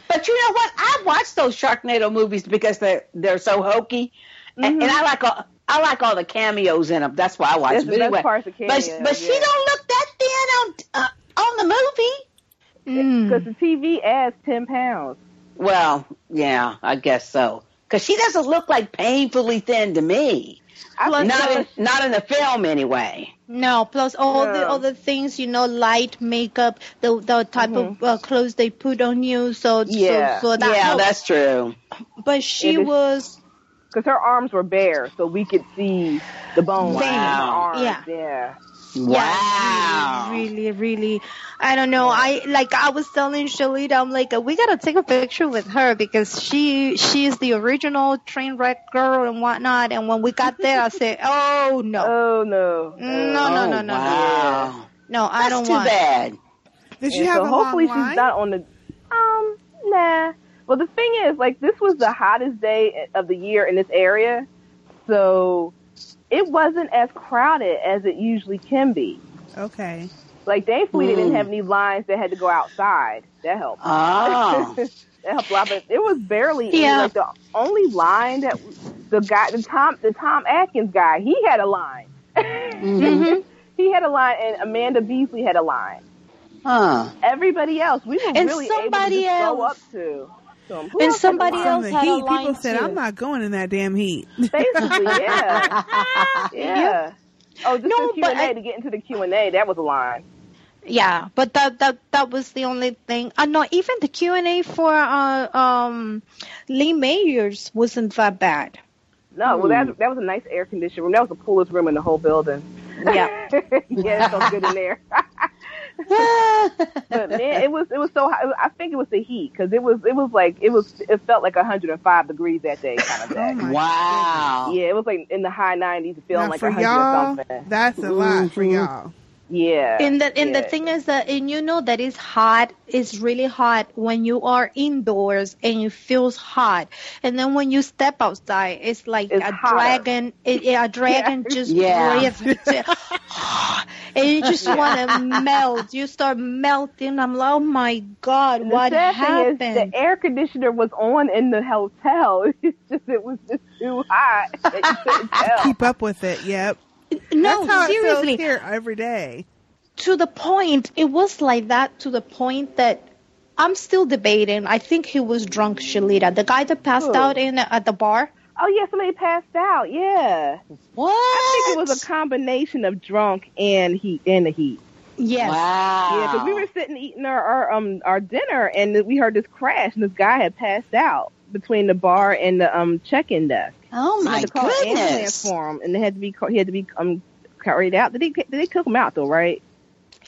But you know what? I watch those Sharknado movies because they're they're so hokey, and, and I like all, I like all the cameos in them. That's why I watch. That's them. the best anyway, parts of but cameos, but she yeah. don't look that thin on uh, on the movie. Mm. Because the TV adds 10 pounds. Well, yeah, I guess so. Because she doesn't look like painfully thin to me. I think not that in, not in the film anyway. No, plus all the Yeah. other things, you know, light makeup, the the type of uh, clothes they put on you. So Yeah. so, so that Mm-hmm. yeah, helps. that's true. but she It is- was because her arms were bare, so we could see the bones in her Wow. arms. Yeah. yeah. Wow. yeah, really, really, really. I don't know. I like I was telling Shalita, I'm like, we gotta take a picture with her because she she is the original train wreck girl and whatnot. And when we got there, I said, oh no, Oh no. no, no, no, no, wow. no, I That's don't too want. bad. Did she And have so a hopefully long line? she's not on the. Um, nah. Well, the thing is, like, this was the hottest day of the year in this area, so it wasn't as crowded as it usually can be. Okay. Like, thankfully, they Hmm. didn't Mm. have any lines that had to go outside. That helped. Uh. Oh. that helped a lot, but it was barely. any. Yeah. Like the only line that the guy, the Tom, the Tom Atkins guy, he had a line. Mhm. He had a line, and Amanda Beasley had a line. Huh. Everybody else, we were And really somebody able else. to just go up to. to 'em. Who And else had a somebody line? else From the had a heat, line people said, too. "I'm not going in that damn heat." Basically, yeah, yeah. Oh, just No, the Q but and I- A to get into the Q and A. That was a line. Yeah, but that that that was the only thing. Uh, no, even the Q and A for uh, um Lee Mayers wasn't that bad. No, well Hmm. that that was a nice air conditioned room. That was the coolest room in the whole building. Yeah. yeah, it felt good in there. but man, it was it was so hot. I think it was the heat because it was it was like it was it felt like 105 degrees that day kind of Oh day. my! Oh. wow. Yeah, it was like in the high 90s, feeling Now, like for 100 y'all, or something. that's a lot for Mm-hmm. Mhm. y'all. Yeah. And the and the yeah. thing is that and you know that it's hot. It's really hot when you are indoors and it feels hot. And then when you step outside, it's like It's a hotter. dragon. It, yeah, a dragon just Yeah. breathes. and you just want to melt. You start melting. I'm like, oh my god, And what the sad happened? Thing is, the air conditioner was on in the hotel. It's just it was just too hot. You couldn't tell. Keep up with it. Yep. no, that's how seriously. it feels here every day. to the point it was like that to the point that i'm still debating i think he was drunk shalita the guy that passed Who? out in at the bar Oh yeah, somebody passed out. Yeah, What? I think it was a combination of drunk and heat and the heat. yes Wow. Yeah, because we were sitting eating our, our um our dinner and we heard this crash and this guy had passed out between the bar and the um check-in desk. oh We my had to call an ambulance goodness. for him, and they had to be ca- he had to be um carried out. Did they did they cook him out though? Right?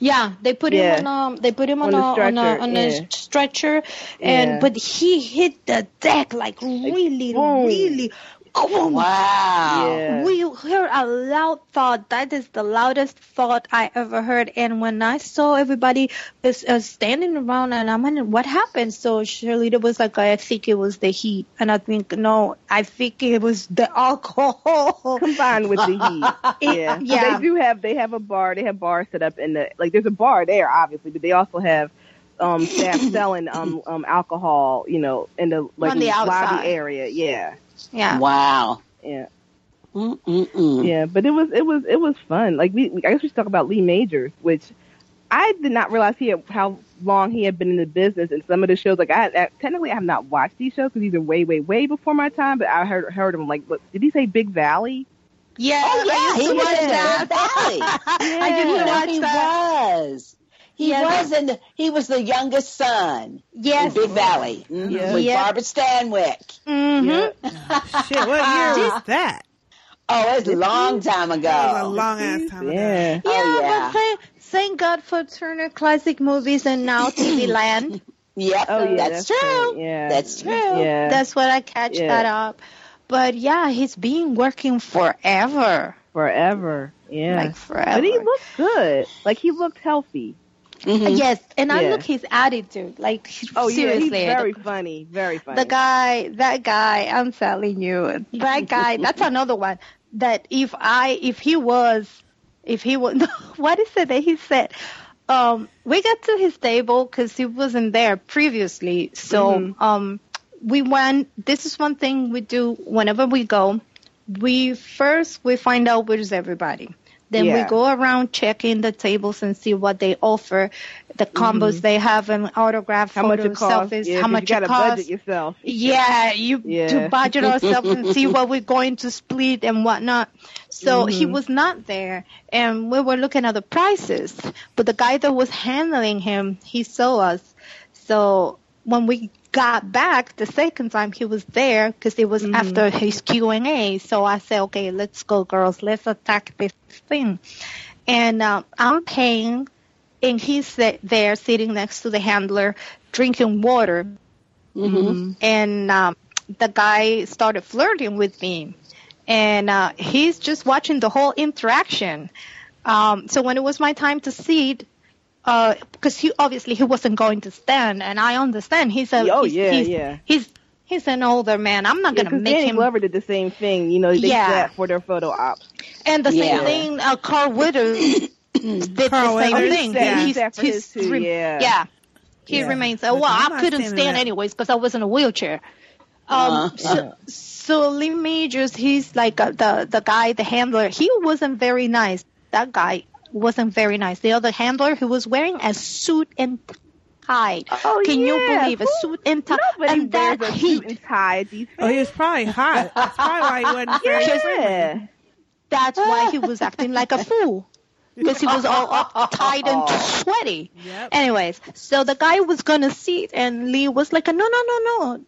Yeah, they put Yeah. him on a they put him on, On a, on a a stretcher, on a yeah. stretcher, and Yeah. but he hit the deck like really, boom. really. boom. Wow. Yeah. We heard a loud thought. That is the loudest thought I ever heard. And when I saw everybody is uh, standing around, and I'm wondering what happened. So Shirley was like, "I think it was the heat," and I think no, I think it was the alcohol. combined with the heat. Yeah, But yeah. They do have they have a bar. They have bars set up in the like. There's a bar there, obviously, but they also have um staff selling um um alcohol. You know, in the like On the outside. lobby area. Yeah, Yeah, Wow. yeah, Hmm. Mm-mm-mm. yeah. But it was it was it was fun. Like we, we I guess we should talk about Lee Majors, which. I did not realize he had, how long he had been in the business, and some of the shows like I, I technically I have not watched these shows because these are way, way, way before my time. But I heard heard him like, what, did he say Big Valley? yeah, Oh yeah, he was in that. Death Valley. I didn't Yeah, watch he that. was. He Yeah, was in. the- He was the youngest son Yes. in Big Valley Mhm, Yeah. with Yeah. Barbara Stanwyck. hmm Shit, what year was that? Oh, it's a long time ago. That was a long ass time ago. Yeah. Yeah, Oh, yeah. but thank, thank God for Turner Classic Movies and now TV Land. Yep. Oh yeah, that's, right. true. Yeah, That's true. Yeah, That's what I catch Yeah. that up. But yeah, he's been working forever, forever. Yeah, like forever. Uh, but he looked good. Like he looked healthy. Mhm. yes, and I Yeah. look his attitude. Like he- Oh seriously, yeah, he's very funny. Very the, funny. the guy, that guy. I'm telling you, that guy. that's another one. That if I, if he was, if he was, what is it that he said? um, we got to his table because he wasn't there previously. So Mm-hmm. um, we went. This is one thing we do whenever we go. We first we find out where's everybody. Then Yeah. we go around checking the tables and see what they offer, the combos they have, and autograph Mm-hmm. how much photos, it costs? selfies, yeah, how 'cause much you it gotta costs. budget yourself. Yeah, you Yeah. to budget ourselves and see what we're going to split and whatnot. So he was not there, and we were looking at the prices. But the guy that was handling him, he saw us. So when we got back the second time, he was there because it was after his Q and A. So I said, "Okay, let's go, girls. Let's attack this thing." And uh, I'm paying, and he's sit- there sitting next to the handler, drinking water Mm-hmm. and um, the guy started flirting with me and uh, he's just watching the whole interaction um, so when it was my time to sit because he obviously he wasn't going to stand and i understand he's a Oh, he's, yeah, he's, yeah. he's he's an older man i'm not Yeah, gonna 'cause make Danny him Glover did the same thing. You know, they Yeah. sat for their photo ops. and the Yeah. same thing uh, carl withers did Carl the same Weathers? thing Yeah, he he's, sat for his too, rem- yeah. yeah he Yeah. remains oh Like, well I'm i not couldn't standing stand up. anyways because i was in a wheelchair Uh-huh. um, so, so Lee Majors, he's like uh, the the guy, the handler. He wasn't very nice. That guy wasn't very nice. The other handler, who was wearing a suit and tie. Oh, Can you yeah. believe a Who- suit and tie? Nobody and wears that a heat. suit and tie. These Oh, he was probably hot. That's probably why he wasn't very yeah. That's why he was acting like a fool. Because he was all up tight and sweaty. Yep. Anyways, so the guy was gonna sit, and Lee was like, "No, no, no, no,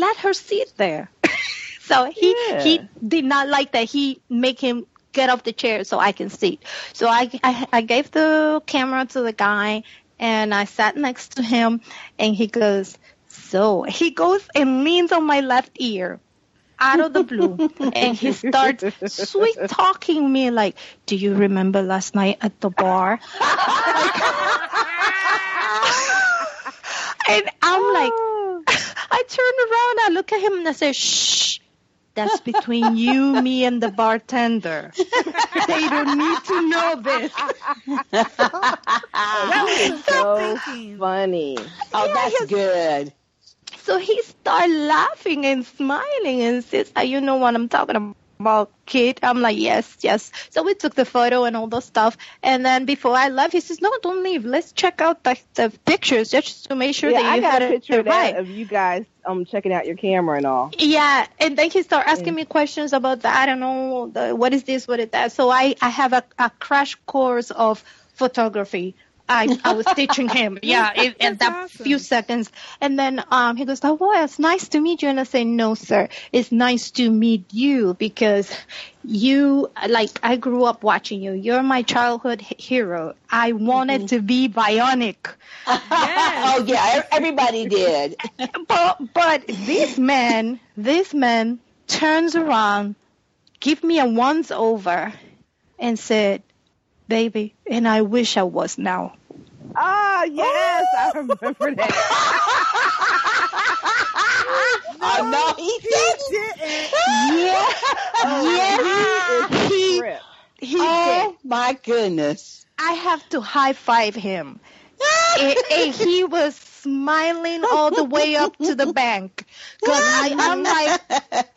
let her sit there." so he Yeah. he did not like that. He make him get off the chair so I can sit. So I I, I gave the camera to the guy, and I sat next to him, and he goes, "So he goes and leans on my left ear." out of the blue and he starts sweet talking me like do you remember last night at the bar and i'm like i turn around i look at him and i say shh that's between you me and the bartender they don't need to know this So thinking. funny. Oh, that's good. So he started laughing and smiling and says, "Ah, You know what I'm talking about, kid? I'm like, Yes, yes. So we took the photo and all those stuff. And then before I left, he says, No, don't leave. Let's check out the, the pictures just to make sure yeah, that I you got had a it picture of that right. of you guys um checking out your camera and all. Yeah, and then he started asking me questions about the, I don't know, the, what is this, what is that. So I, I have a, a crash course of photography I, I was teaching him. Yeah, it, at that That's few awesome. seconds. And then um, he goes, oh, well, it's nice to meet you. And I say, no, sir, it's nice to meet you because you, like, I grew up watching you. You're my childhood he- hero. I wanted Mm-hmm. to be bionic. oh yeah, e- everybody did. But, but this man, this man turns around, give me a once over, and said, baby, and I wish I was now. Ah, yes, Oh, I remember that. oh no, he did. didn't. Yeah. yeah. He, Rip. he did. Oh my goodness. I have to high five him. and, and he was smiling all the way up to the bank. Cause I, I'm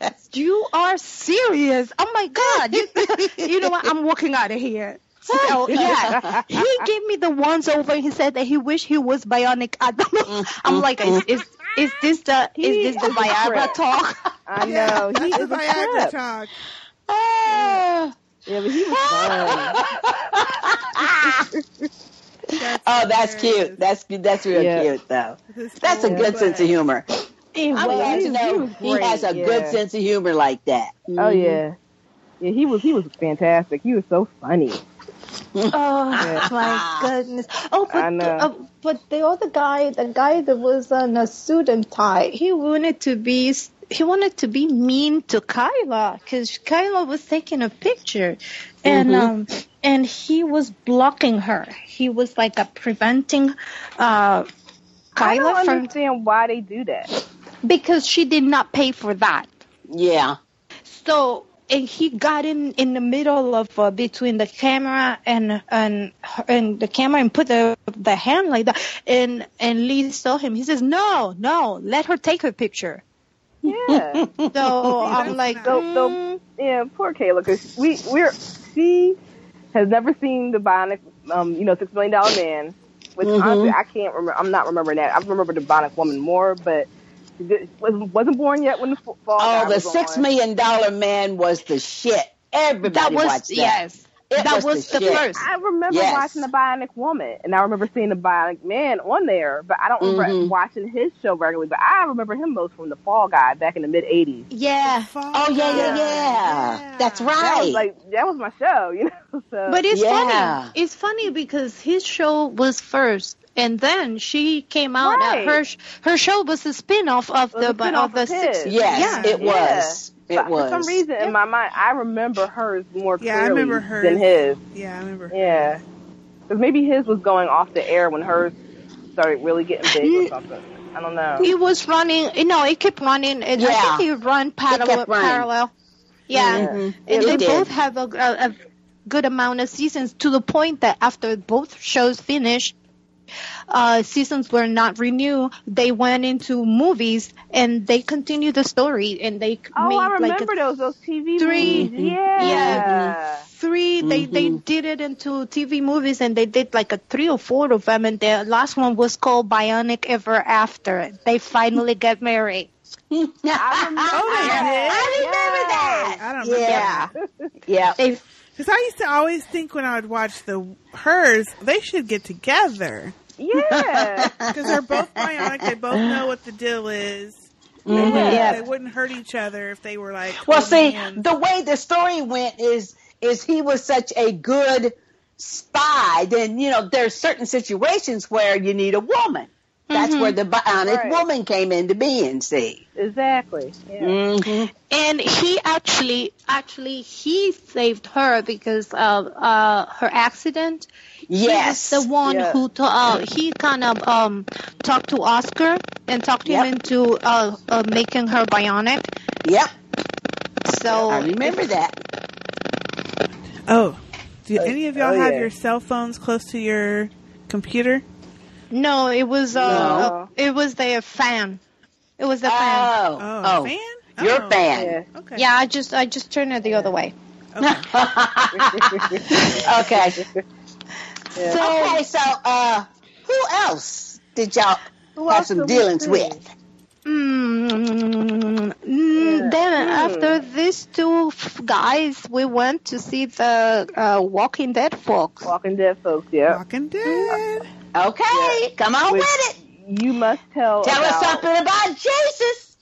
like, you are serious. Oh my God. You, you know what? I'm walking out of here. So yeah, he gave me the ones over. He said that he wished he was bionic. At the moment. Mm-hmm. I'm like, is, is is this the is this the Viagra talk? I Yeah, know. He that's is the a Viagra trip. talk. Oh, Ah. Yeah, but he was fun. oh, that's cute. That's cute. That's real Yeah. cute though. This That's a whole good butt. sense of humor. I'm was. glad He to was- know he was he has a great, good yeah. sense of humor like that. Oh yeah. Yeah, he was he was fantastic. He was so funny. Oh Yeah. my goodness! Oh, Mm. I but know. the, uh, but the other guy, the guy that was on a suit and tie, he wanted to be he wanted to be mean to Kyla because Kyla was taking a picture, Mm-hmm. and um and he was blocking her. He was like a preventing uh I don't Kyla from understand why they do that. because she did not pay for that. Yeah. So and he got in in the middle of uh, between the camera and and her- and the camera and put the the hand like that and and Lee saw him. He says, "No, no, let her take her picture." Yeah. So that's I'm like, nice. So, "Mm, so yeah, poor Kayla, because we we're she has never seen the Bionic, um, you know, Six Million Dollar Man. Which honestly, I can't remember. I'm not remembering that. I remember the Bionic Woman more, but she did, wasn't wasn't born yet when the fall. Oh, the six six million dollar man was the shit. Everybody that was watched that. yes, It that was was, the the, shit. first. I remember Yes. watching the Bionic Woman, and I remember seeing the Bionic Man on there, but I don't remember Mm-hmm. Mhm. watching his show regularly. But I remember him most from the Fall Guy back in the mid '80s. Yeah, Oh yeah, yeah, yeah. That's right. That was like that was my show, you know. So but it's Yeah. funny. It's funny because his show was first. And then she came out. Right. At her sh- her show was a spin off of was the a spin-off of the of his. six. yes, yeah. it was. But It was. For some reason, in my mind, I remember hers more Yeah, I clearly remember hers. than his. Yeah, I remember. Yeah, because maybe his was going off the air when hers started really getting big Hmm. or something. I don't know. It was running. You know, it kept running. And Yeah. I think it run parallel. kept running. parallel. Yeah, and they It Mm-hmm. did. both have a, a, a good amount of seasons to the point that after both shows finished, uh, seasons were not renewed. They went into movies and they continued the story and they made Oh, I like remember a those those TV three- movies. Yeah. Yeah. three they they Mm-hmm. did it into tv movies and they did like a three or four of them and the last one was called bionic ever after they finally get married I remember. I remember that. I don't remember. Yeah. yeah. they Because I used to always think when I would watch the hers, they should get together. Yeah. Because they're both bionic. They both know what the deal is. They, wouldn't, Mm-hmm. Yeah. they wouldn't hurt each other if they were like. Well, holding see, hands. the way the story went is is he was such a good spy. Then you know there's certain situations where you need a woman. That's where the bionic Mm-hmm. Right. woman came into being. See, exactly. Yeah. Mm-hmm. and he actually actually he saved her because of uh her accident yes, he was the one Yeah. who ta- uh, he kind of um talked to oscar and talked him Yep. into uh, uh making her bionic yep. so I remember that. Oh, do any of y'all oh, have yeah. your cell phones close to your computer? No, it was uh, a- No. it was the fan. It was the fan. Oh, Oh, oh, fan? your Oh, fan. Yeah. Okay. Yeah, I just I just turned it the other way. Okay. Okay. So Okay, so uh, who else did y'all have else some did we dealings see? with? mm, mm, then after these two f- guys, we went to see the uh, Walking Dead folks. Walking Dead folks. Yeah. Walking Dead. Okay, come on with, With- it. You must tell. Tell about, us something about Jesus.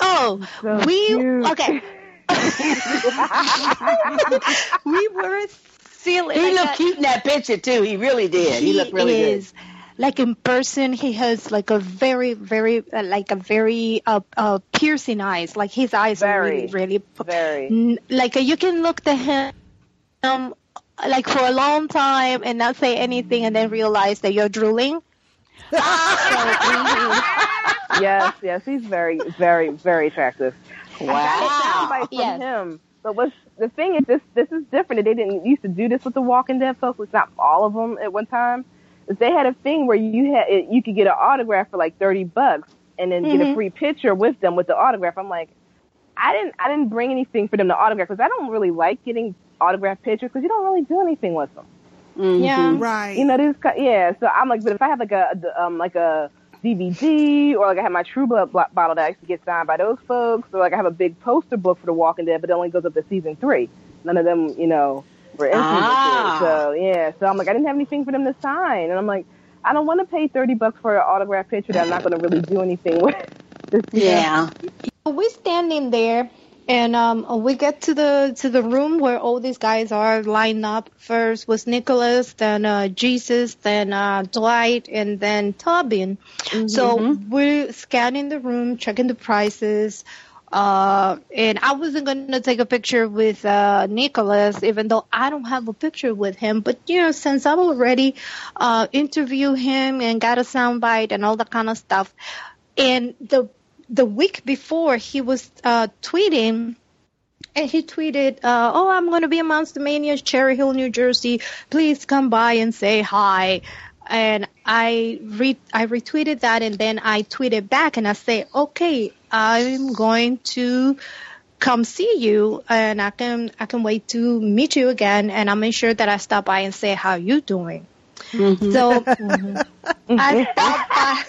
Oh, So we cute. okay. we were silly. He like looked a- cute in that picture too. He really did. He, looked really is like in person. He has like a very, very, uh, like a very uh, uh, piercing eyes. Like his eyes are really, Very, really p- Very. n- like uh, you can look at him um, like for a long time and not say anything, and then realize that you're drooling. yes. Yes. He's very, very, very attractive. good. sound Wow. bite from Yes. him. But what's the thing is this this is different. They didn't used to do this with the Walking Dead folks. It's not all of them at one time. But They had a thing where you had it- you could get an autograph for like thirty bucks and then get Mm-hmm. a free picture with them with the autograph. I'm like, I didn't I didn't bring anything for them to autograph because I don't really like getting autograph pictures because you don't really do anything with them. Mm-hmm. Yeah. Right. You know, this ki- yeah. So I'm like, but if I have like a a- um like a DVD or like I have my True Blood blo- bottle that I actually gets signed by those folks, or like I have a big poster book for The Walking Dead, but it only goes up to season three. None of them, you know, were in Ah. season three. So yeah. So I'm like, I didn't have anything for them to sign, and I'm like, I don't want to pay thirty bucks for an autograph picture that I'm not going to really do anything with. Yeah. we standing there and um, we get to the to the room where all these guys are lined up first was nicholas then uh, jesus then uh, dwight and then tobin so we're scanning the room checking the prices uh, and I wasn't gonna take a picture with uh, Nicholas, even though I don't have a picture with him. But you know, since I've already uh, interviewed him and got a soundbite and all that kind of stuff, and the the week before he was uh, tweeting and he tweeted uh, oh i'm going to be in monster mania cherry hill new jersey please come by and say hi and i re- i retweeted that and then i tweeted back and i say okay i'm going to come see you and i can i can wait to meet you again and i'm sure that i stop by and say how you doing so I stopped by.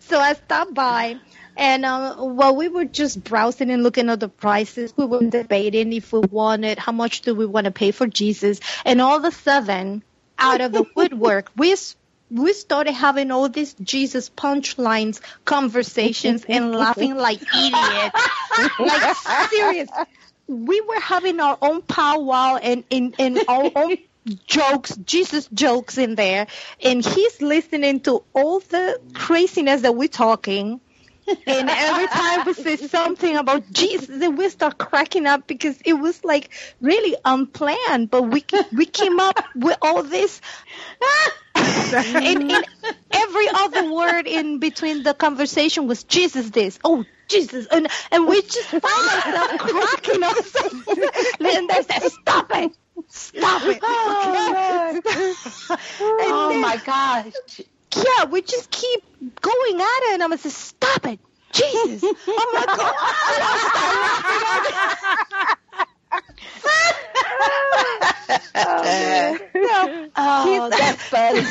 So I stopped by, and uh, while we were just browsing and looking at the prices, we were debating if we wanted how much do we want to pay for Jesus, and all of a sudden, out of the woodwork, we s- we started having all these Jesus punchlines, conversations, and laughing like idiots, like serious. We were having our own powwow and in and our own jokes, Jesus jokes in there, and he's listening to all the craziness that we're talking. And every time we say something about Jesus, then we start cracking up because it was like really unplanned. But we we came up with all this, and, and every other word in between the conversation was Jesus this, oh Jesus, and and we just find ourselves cracking up. and they said, "Stop it, stop it." And Oh then- my gosh. yeah, we just keep going at it, and I'm gonna say, stop it. Jesus. Oh my god. And I start laughing. oh, that's funny.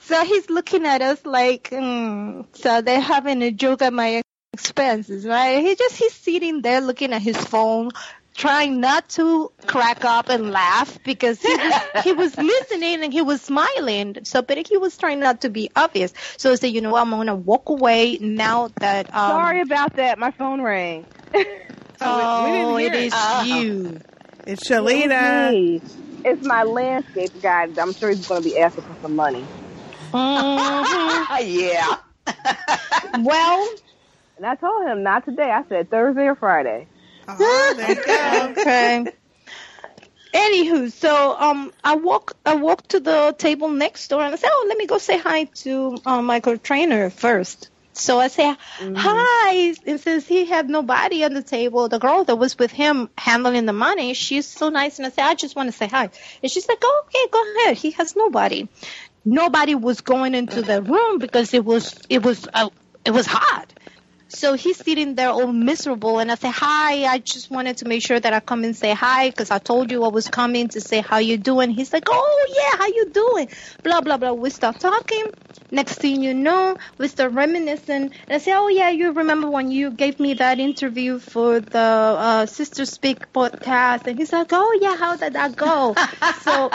So he's looking at us like, mm, so they're having a joke at my expenses, right? He just he's sitting there looking at his phone, trying not to crack up and laugh because he was, he was listening and he was smiling. So, but he was trying not to be obvious. So I said, you know, what, I'm gonna walk away now that. Um, Sorry about that. My phone rang. Oh, we it didn't hear is you. It's It was Shalita. me. It's my landscape guy. I'm sure he's going to be asking for some money. Ah, yeah. Mm-hmm. Well, And I told him not today. I said Thursday or Friday. mm-hmm. Oh, there you go. okay. Anywho, so um, I walk I walk to the table next door and I say, oh, let me go say hi to uh, Michael Trainer first. So I say hi, and since he had nobody on the table, the girl that was with him handling the money, she's so nice, and I say, I just want to say hi, and she's like, oh, okay, go ahead. He has nobody. Nobody was going into the room because it was it was uh, it was hot. So he's sitting there all miserable, and I said, "Hi, I just wanted to make sure that I come and say hi because I told you I was coming to say how you doing." He's like, "Oh yeah, how you doing?" Blah blah blah. We start talking. Next thing you know, we start reminiscing. And I say, "Oh yeah, you remember when you gave me that interview for the uh, Sister Speak podcast?" And he's like, "Oh yeah, how did that go?" so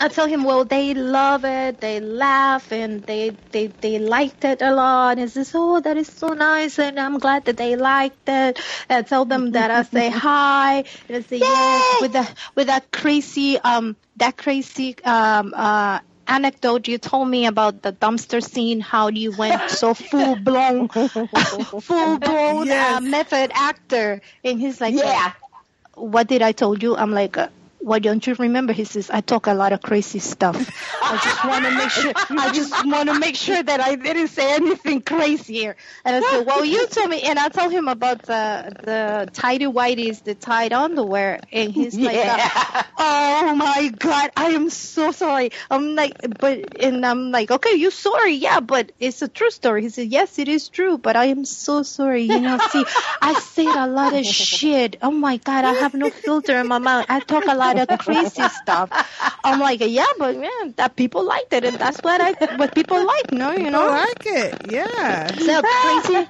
I tell him, well, they love it, they laugh, and they they they liked it a lot. And says, oh, that is so nice, and I'm glad that they liked it. And I tell them that I say hi, and I say yes with that with that crazy um that crazy um uh anecdote you told me about the dumpster scene, how you went so full blown, full blown uh, Yes. method actor, and he's like, Yeah. what did I told you? I'm like. Uh, why don't you remember? He says, I talk a lot of crazy stuff. I just want to make sure. I just want to make sure that I didn't say anything crazy here. And I said, Well, you tell me. And I tell him about the the tidy whities, the tight underwear, and he's like, uh, Oh my god, I am so sorry. I'm like, but and I'm like, okay, you sorry, yeah, but it's a true story. He said, yes, it is true, but I am so sorry. You know, see, I said a lot of shit. Oh my god, I have no filter in my mouth. I talk a lot of crazy stuff. I'm like, yeah, but yeah, that people liked it, and that's what I what people like. No, you know, I like it. Yeah. so crazy,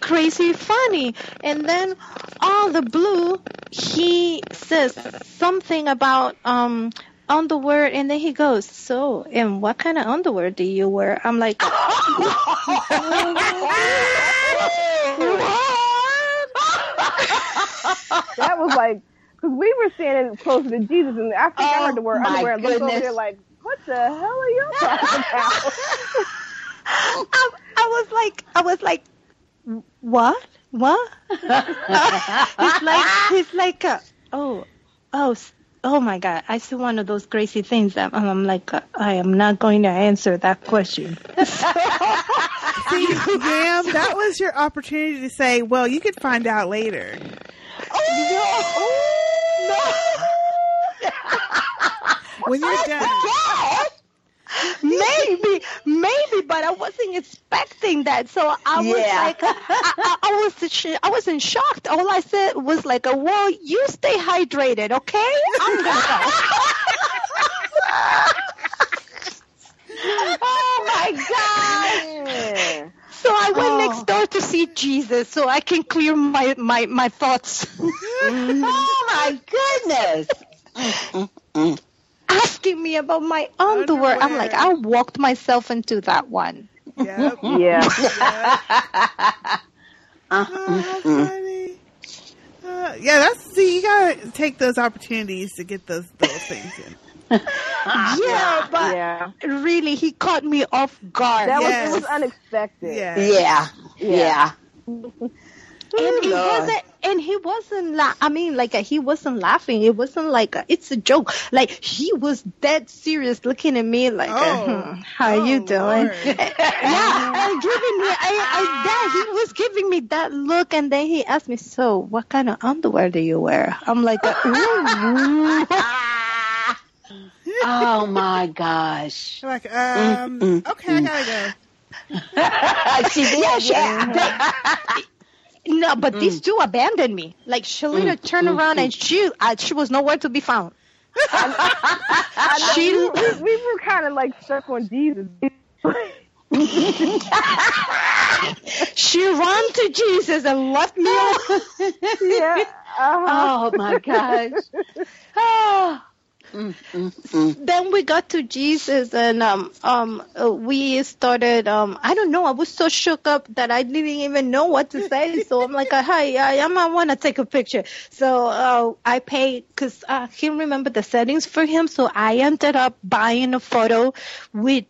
crazy funny. And then all the blue, he says something about um underwear, and then he goes, "So, and what kind of underwear do you wear?" I'm like, That was like, because we were standing closer to Jesus, and after I heard the word my underwear, I looked over goodness. there like, what the hell are you talking about? I, I was like, I was like, what? What? he's like, he's like, uh, oh, oh, s- oh my God! I see one of those crazy things. I'm, I'm like, uh, I am not going to answer that question. Ma'am, that was your opportunity to say, well, you could find out later. When you're done. maybe, maybe, but I wasn't expecting that. So I was Yeah. like, I, I, I was, sh- I wasn't shocked. All I said was like, uh, "Well, you stay hydrated, okay?" I'm gonna go. Oh my God. Yeah. So I went next door to see Jesus, so I can clear my my my thoughts. Oh my goodness. Asking me about my underwear. I'm like, I walked myself into that one. Yep. Yeah. Uh-huh. Oh, how funny. Uh, yeah, that's see, you gotta take those opportunities to get those little things in. yeah, but Yeah. really, he caught me off guard. That Yes. was, it was unexpected. Yeah. Yeah. Yeah. and he Lord. wasn't and he wasn't la- i mean like uh, he wasn't laughing it wasn't like a, it's a joke like he was dead serious looking at me like uh, Oh. "Hmm, how are you Oh, doing Lord. yeah and giving me I, I that he was giving me that look and then he asked me so what kind of underwear do you wear i'm like uh, "Ooh." Oh my gosh. You're like, um, Mm-hmm. okay, I gotta go. Uh, she did. Yeah. no but Mm. these two abandoned me like shalina turned around and she uh, she was nowhere to be found she We, we were kind of like stuck on Jesus. She ran to Jesus and left me alone. yeah. Uh-huh. Oh my gosh. then we got to Jesus and um um uh, we started um I don't know I was so shook up that I didn't even know what to say so I'm like uh, hi I I want to take a picture so uh, I paid because uh, he remembered the settings for him so I ended up buying a photo with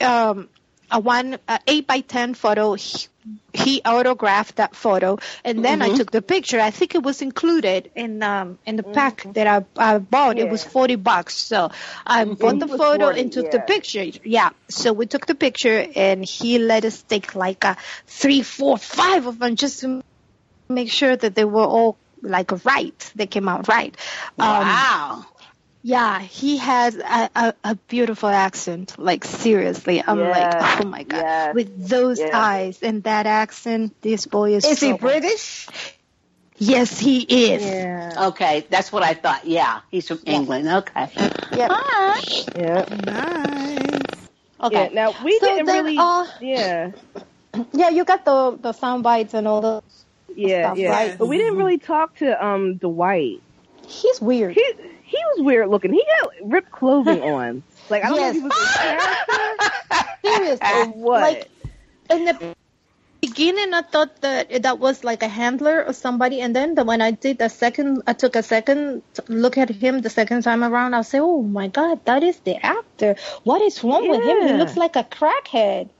um, a one a eight by ten photo. He, he autographed that photo, and then Mm-hmm. I took the picture. I think it was included in um, in the pack Mm-hmm. that I, I bought. It was forty bucks, so I bought the was photo 40, and took the yeah. picture. Yeah, so we took the picture, and he let us take like a three, four, five of them just to make sure that they were all like right. They came out right. Um, Wow. Yeah, he has a, a, a beautiful accent. Like seriously, I'm Yes, like, oh my god, yes, with those yes. eyes and that accent, this boy is. Is he so- British? Yes, he is. Yeah. Okay, that's what I thought. Yeah, he's from England. Okay. Yep. Yeah. Nice. Yeah. Okay. Now we So didn't they're really. all- yeah. Yeah, you got the the sound bites and all the. Yeah. stuff, Yeah. right? But we didn't really talk to um Dwight. He's weird. He he was weird looking. He got ripped clothing on. Like I don't Yes. know if he was Seriously, or what. Like in the beginning, I thought that that was like a handler or somebody, and then the, when I did the second, I took a second t- look at him the second time around. I say, "Oh my God, that is the actor. What is wrong with him? He Yeah. looks like a crackhead."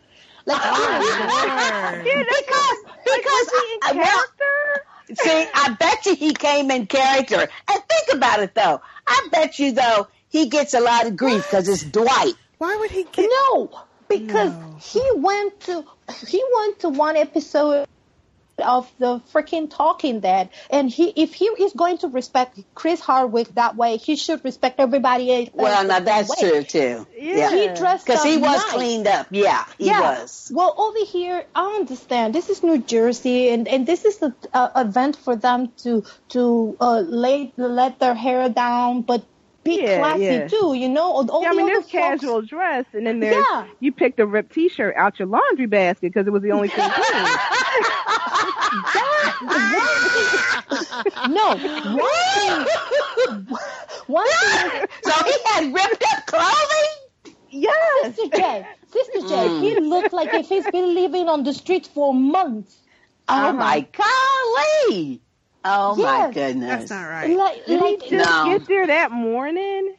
Like yeah, that's Because because I, I, well, character. See, I bet you he came in character. And think about it though. I bet you though he gets a lot of grief because it's Dwight. Why would he get? no, because he went to he went to one episode of the freaking talking dead and he if he is going to respect chris hardwick that way he should respect everybody else Well, the now same that's way. true too. he Yeah, dressed because he up was nice. cleaned up. Yeah, he yeah. was. Well, over here, I understand. This is New Jersey, and, and this is the uh, event for them to to uh, lay let their hair down, but be Yeah, classy yeah. too. You know, all, all Yeah, I the mean, other there's folks- casual dress, and then there's Yeah. you picked a ripped T-shirt out your laundry basket because it was the only thing. clean. No, one thing, one thing is So he had ripped up clothing. yes, Sister J, Sister J, Mm. he looked like if he's been living on the street for months. Oh my golly! Oh my Yes. goodness! That's not right. Like, did he like just No. get there that morning?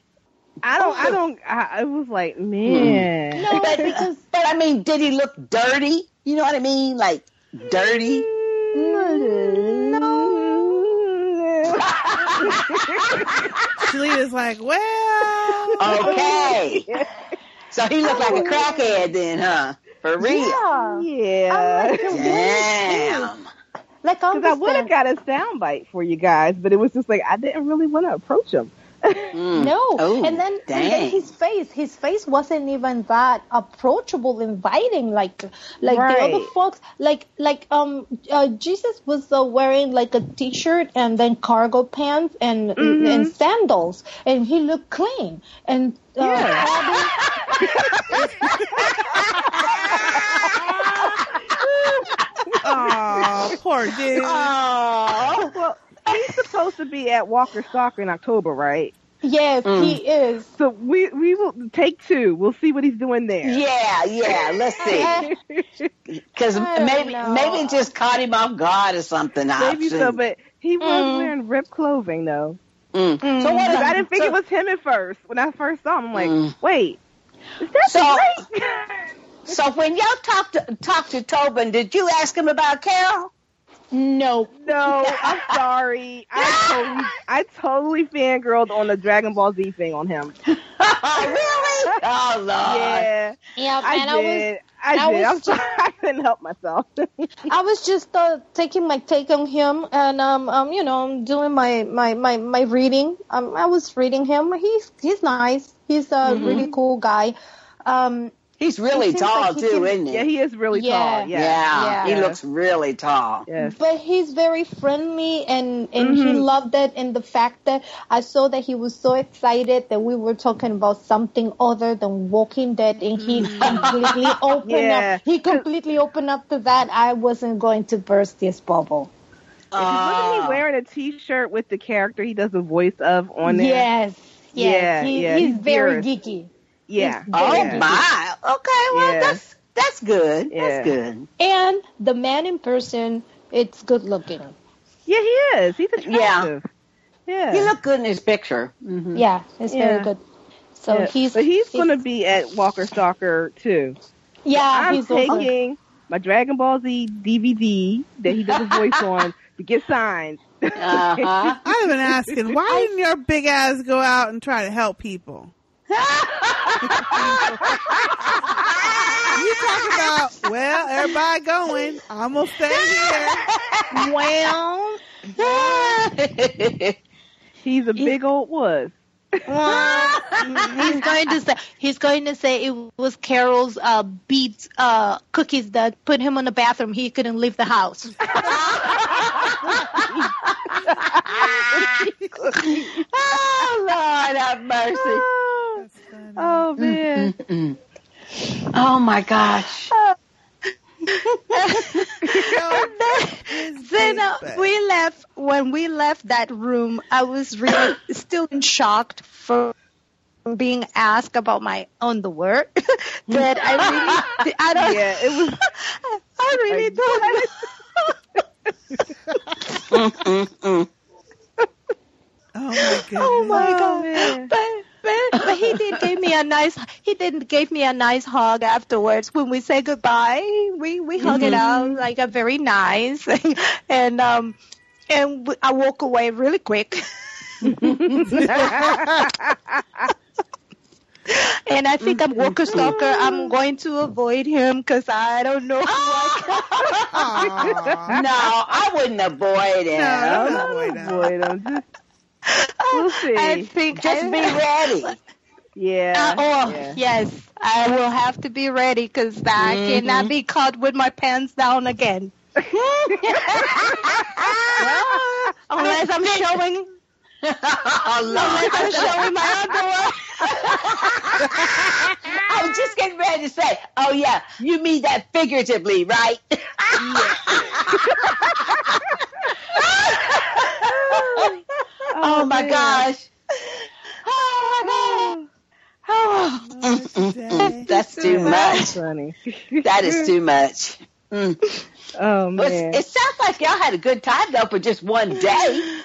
I don't. I don't. I, I was like, Hmm. man. no, But, because but I mean, did he look dirty? You know what I mean? Like dirty? Shalita's like, well, Okay. so he looked like a crackhead then, huh? For real? Oh. yeah, Yeah. Damn. like I Because I would have understand. got a soundbite for you guys, but it was just like I didn't really want to approach him. Mm. No, Oh, and then and dang. then his face, his face wasn't even that approachable, inviting like like the other Right. folks. Like like um, uh, Jesus was uh, wearing like a t-shirt and then cargo pants and and sandals, and he looked clean. And uh, Yeah. Abby- oh, poor dude. Oh. Well, he's supposed to be at Walker Soccer in October, right? Yes, he is. So we we will take two. We'll see what he's doing there. Yeah, yeah. Let's see, because I don't maybe know. maybe it just caught him off guard or something. Maybe so, Option. but he was wearing ripped clothing though. Mm. So what? I didn't think so- it was him at first. When I first saw him, I'm like, Mm. wait, is that So- the right? So when y'all talked to, talked to Tobin, did you ask him about Carol? No, No, I'm sorry. I totally, I totally fangirled on the Dragon Ball Z thing on him. Oh, really? Oh, Lord. Yeah, yeah, I and I was did. I, I did. was I'm sorry. I couldn't help myself. I was just uh, taking my take on him, and um, um, you know, I'm doing my my my my reading. Um, I was reading him. He's he's nice. He's a Mm-hmm. really cool guy. Um, He's really It seems tall, like he too, can- isn't he? yeah, he is really Yeah. tall. Yeah. yeah. Yeah. he looks really tall. Yes. but he's very friendly, and and he Mm-hmm. loved it. And the fact that I saw that he was so excited that we were talking about something other than Walking Dead, and he completely opened Mm-hmm. Yeah. up. He completely opened up to that. I wasn't going to burst this bubble. Wasn't he Uh, wearing a T-shirt with the character he does the voice of on there? Yes. Yeah, Yes, he, yeah, he's he's very weird. geeky. Yeah. Oh yeah. my. Okay, well Yeah. that's that's good. Yeah. That's good. And the man in person, it's good looking. Yeah, he is. He's attractive. Yeah. He looked good in his picture. Yeah, it's Mm-hmm. Yeah. very good. So Yeah. he's, But he's going to be at Walker Stalker too. yeah, I'm he's also- taking my Dragon Ball Z DVD that he does a voice on to get signed. Uh-huh. I've been asking, why didn't your big ass go out and try to help people? you talk about, well, everybody going. I'm going to stay here. well He's a big old wuss. Well, he's going to say he's going to say it was Carol's uh, beads uh, cookies that put him in the bathroom. He couldn't leave the house. Oh, Lord have mercy. Oh Mm-hmm. man. Oh, my gosh. then uh, we left. When we left that room, I was really still in shock for being asked about my underwear. that I really, I don't, Yeah, it was. I really don't. know. Oh my goodness. Oh my man. god! But, but but he did give me a nice he did give me a nice hug afterwards when we said goodbye. We we hugged it out like a very nice, and um and w- I walk away really quick. and I think I'm Walker Stalker. I'm going to avoid him because I don't know. Aw. No, I wouldn't avoid him. Oh, No, you don't avoid him. Oh, Boy, don't just, we'll see. I think Just I- be ready. yeah. Uh, oh, yeah. yes. I will have to be ready because I cannot be caught with my pants down again. oh. unless I'm showing, Oh, unless I'm Lord. showing my underwear. I was just getting ready to say, oh, yeah, you mean that figuratively, right? oh, my gosh. Oh, my God. Oh, Today. that's too much. Funny. That is too much. Mm. Oh Well, man. it's- it sounds like y'all had a good time though for just one day.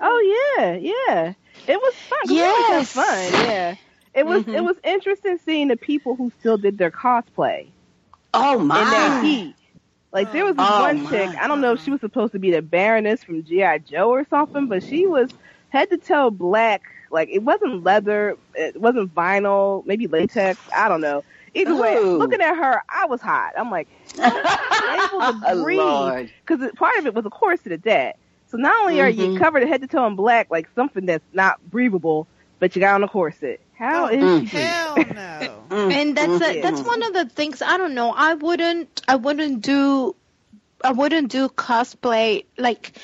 Oh yeah, yeah. It was fun. 'cause We always have Yes. fun. Yeah. It was it was interesting seeing the people who still did their cosplay Oh my! in that heat. Like there was this Oh, one my. chick. I don't know if she was supposed to be the Baroness from GI Joe or something, but she was head to toe black. Like it wasn't leather, it wasn't vinyl, maybe latex. I don't know. Either way, Ooh. looking at her, I was hot. I'm like able to Oh, breathe. Lord. because part of it was a corset at that. So not only are Mm-hmm. you covered head to toe in black, like something that's not breathable, but you got on a corset. How is Mm. she? Hell no. and that's a, Yeah. that's one of the things I don't know. I wouldn't I wouldn't do I wouldn't do cosplay like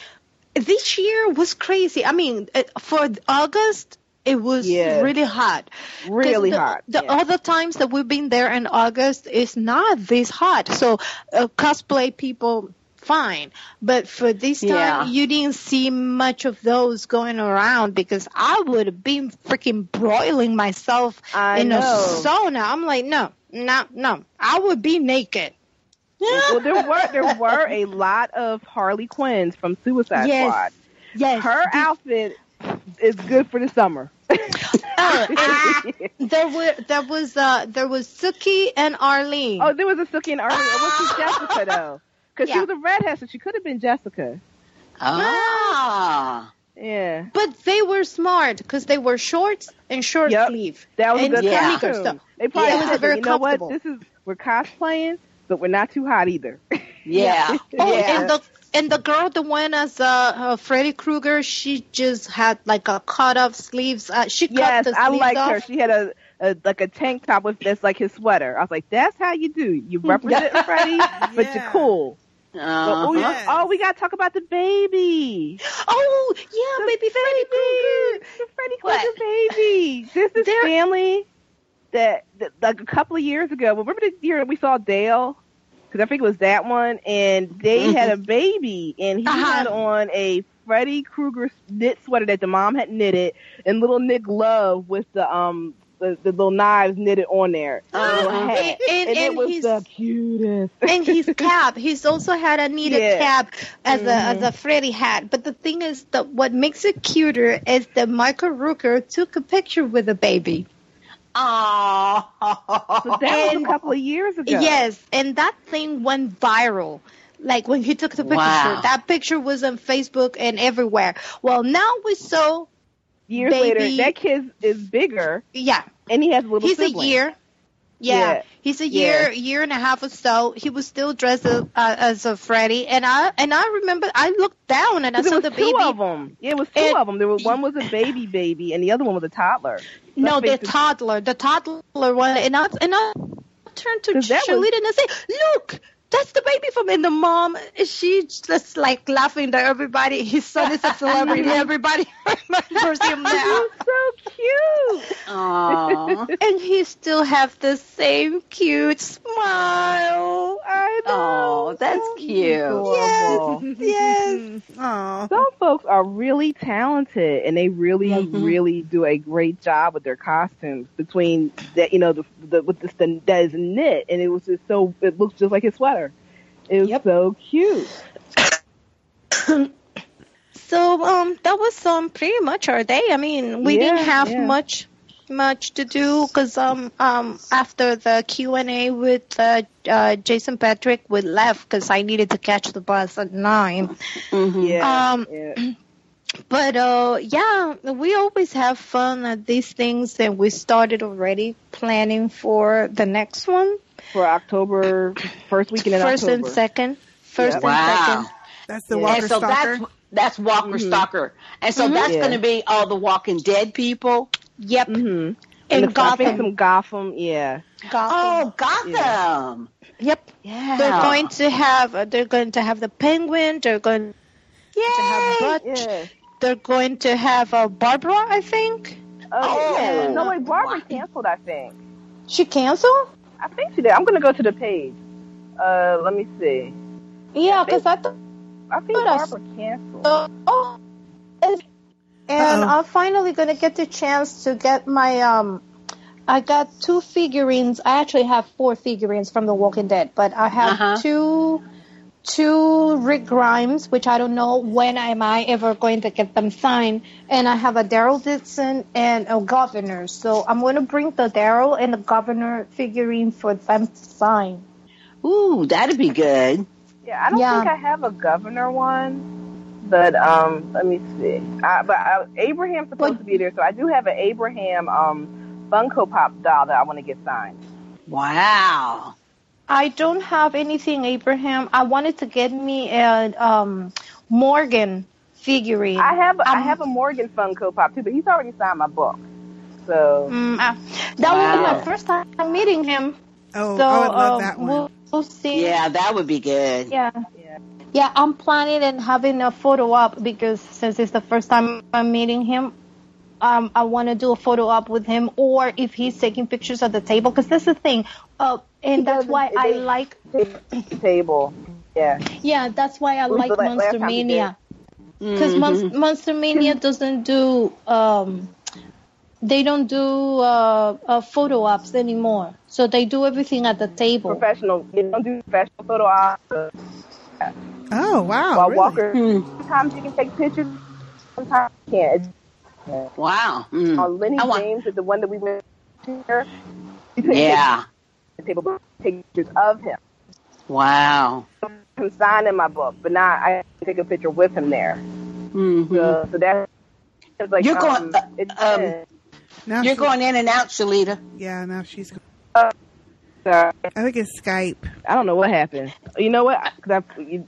this year was crazy. I mean, it, for August it was Yeah. really hot. 'Cause Really the, hot, The yeah. other times that we've been there in August is not this hot. So uh, cosplay people fine, but for this time Yeah. you didn't see much of those going around because I would have been freaking broiling myself I in a know. sauna. I'm like, no, no, no. I would be naked. well, there were there were a lot of Harley Quinns from Suicide Yes. Squad. Yes. Her outfit is good for the summer. Oh, and there were there was uh there was Suki and Arlene. Oh, there was a Sookie and Arlie. It wasn't Jessica though, because she Ah. Yeah. was a redhead, so she could have been Jessica. Ah, Yeah, But they were smart because they were shorts and short Yep. sleeve. that was And a good yeah. costume. sneakers, though. They probably Yeah, it was said, very you know what? comfortable. This is we're cosplaying, but we're not too hot either. yeah. Oh, yeah. and the and the girl, the one as uh, uh Freddy Krueger, she just had like a cut off sleeves. Uh, she Yes, cut the I sleeves liked off. her. She had a, a like a tank top with that's like his sweater. I was like, that's how you do. You represent Freddie, but you're Yeah. cool. But, Uh-huh. oh, you- Yes. oh, we gotta talk about the baby, Oh yeah, baby Freddy Krueger. the Freddy What? Krueger baby. This is There- family that, that like a couple of years ago. Remember the year we saw Dale? Because I think it was that one, and they had a baby, and he Mm-hmm. Uh-huh. had on a Freddy Krueger knit sweater that the mom had knitted, and little Nick Love with the um the, the little knives knitted on there. Uh-huh. Little hat. And, And it and was his- the cutest. and his cap. He's also had a knitted Yeah. Mm-hmm. cap as a as a Freddy hat. But the thing is that what makes it cuter is that Michael Rooker took a picture with the baby. Aw. So that was And- a couple of years ago. Yes, and that thing went viral. Like when he took the picture, Wow. that picture was on Facebook and everywhere. Well, now we saw, Years Baby- later, that kid is bigger, yeah, and he has a little he's sibling. a year. Yeah. Yeah. he's a Yeah. year, year and a half or so. He was still dressed as, uh, as a Freddy, and I and I remember I looked down and I there saw was the two baby. of them. Yeah, it was two And- of them. There was one was a baby baby, and the other one was a toddler. no, the Let's face it, toddler, the toddler one, and I and I turned to 'Cause that was- Shalita and I said, "Look." That's the baby from and the mom. She's just like laughing at everybody. His son is a celebrity. everybody Oh. remembers him now. so cute. Aw. and he still have the same cute smile. I know. oh, that's cute. Adorable. Yes. Oh, Some folks are really talented, and they really, Mm-hmm. Mhm. really do a great job with their costumes. Between that, you know, the, the with this the, that is knit, and it was just so it looks just like his sweater. It was Yep. so cute. So um, that was um pretty much our day. I mean, we Yeah, didn't have yeah. much much to do because um um after the Q and A with uh, uh Jason Patrick, we left because I needed to catch the bus at nine. Mm-hmm. Yeah. Um, yeah. But uh, yeah, we always have fun at these things, and we started already planning for the next one. for October first weekend in first October. and second. First Yep. and Wow. second. that's the Yeah. Walker And so Stalker. that's that's Walker Stalker. And so that's Yeah. going to be all the Walking Dead people. Yep. Mm-hmm. And the, I think Gotham. some Gotham. Yeah. Gotham. Oh, Gotham. Yep. Yeah. They're going to have uh, they're going to have the penguin, they're going to have Butch, Yeah. they're going to have uh, Barbara, I think. Oh, yeah. Oh. No wait, Barbara canceled. I think. She canceled? I think she did. I'm gonna go to the page. Uh, let me see. Yeah, because I thought I think What else? Barbara canceled. oh, and, and Uh-oh. I'm finally gonna get the chance to get my um I got two figurines. I actually have four figurines from The Walking Dead, but I have Uh-huh. two two Rick Grimes, which I don't know when am I ever going to get them signed, and I have a Daryl Dixon and a Governor. So I'm going to bring the Daryl and the Governor figurine for them to sign. Ooh, that'd be good. Yeah, I don't Yeah. think I have a governor one. But um, let me see. I, but I, Abraham's supposed But- to be there, so I do have an Abraham um Funko Pop doll that I want to get signed. Wow. I don't have anything, Abraham. I wanted to get me a um, Morgan figurine. I have I Um, have a Morgan Funko Pop too, but he's already signed my book. So Mm, I- that will be Wow. my first time meeting him. Oh, So I would love um, that one. We'll, we'll see. Yeah, that would be good. Yeah. Yeah. Yeah, I'm planning on having a photo up because since it's the first time I'm meeting him, um, I want to do a photo up with him or if he's taking pictures at the table because that's the thing. Uh, and that's doesn't- why I they- like, Mm. ta- table. Yeah. yeah, that's why I We like did that last Monster time we did. Mm-hmm. Mania. because Monster Mania doesn't do um, they don't do uh, uh, photo ops anymore. So they do everything at the table. Professional. You don't do professional photo ops. uh, oh, wow. while really? Walker, Hmm. sometimes you can take pictures, sometimes you can't. It's- Wow. Hmm. Uh, Lenny I want- James is the one that we went to here. You couldn't Yeah. take pictures of the table, but take pictures of him. Wow. Him signing my book, but now I take a picture with him there. Mhm. So, so that's it's like You're um, going- uh, it's um, uh, Now You're she- going in and out, Shalita. Yeah, now she's. uh, I think it's Skype. I don't know what happened. You know what? 'Cause I, you,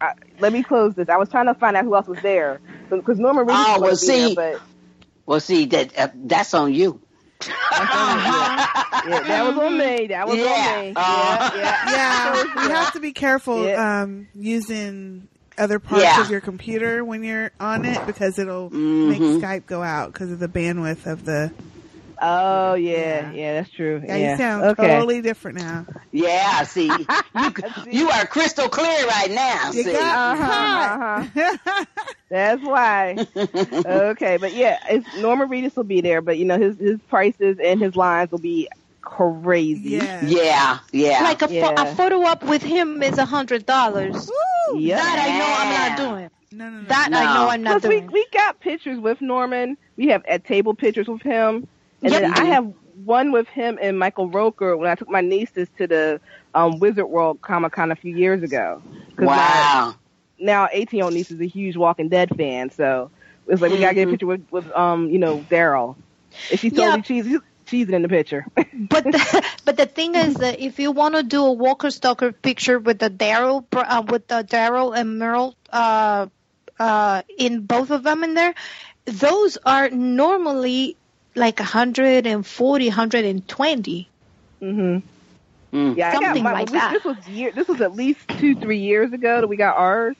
I, let me close this. I was trying to find out who else was there because Norman Reedus Oh, was well, see. there, Well, see that uh, that's on you. but yeah, that was on me. That was Yeah. on me. Uh. yeah, yeah. Yeah, you have to be careful Yeah. um, using other parts Yeah. of your computer when you're on it because it'll make Mhm. Mm-hmm. Skype go out because of the bandwidth of the. Oh yeah, yeah, that's true. Yeah, Yeah, you sound okay. totally different now. Yeah, see, you, you are crystal clear right now. You See, got Uh-huh, caught. That's why. okay, but yeah, it's Norman Reedus will be there, but you know his his prices and his lines will be crazy. yeah. yeah, yeah. Like a, pho- Yeah. a photo up with him is a hundred dollars. Woo! Yep. That I know I'm not Yeah. doing. No, no, no. That I No. know I'm not Plus, we doing. we got pictures with Norman. We have at table pictures with him, and Yep. then I have one with him and Michael Roker when I took my nieces to the um, Wizard World Comic Con a few years ago. 'Cause my wow. now eighteen year old niece is a huge Walking Dead fan, so it's like we gotta get a picture with with um you know Daryl, and she's totally Yeah. cheesy. She's in the picture. But the, but the thing is that if you want to do a Walker Stalker picture with the Daryl br- uh, with the Daryl and Merle uh, uh, in both of them in there, those are normally like 140, 120. Mm-hmm. Mm. Yeah, I got Something my, like this, that. this was year. This was at least two, three years ago that we got ours,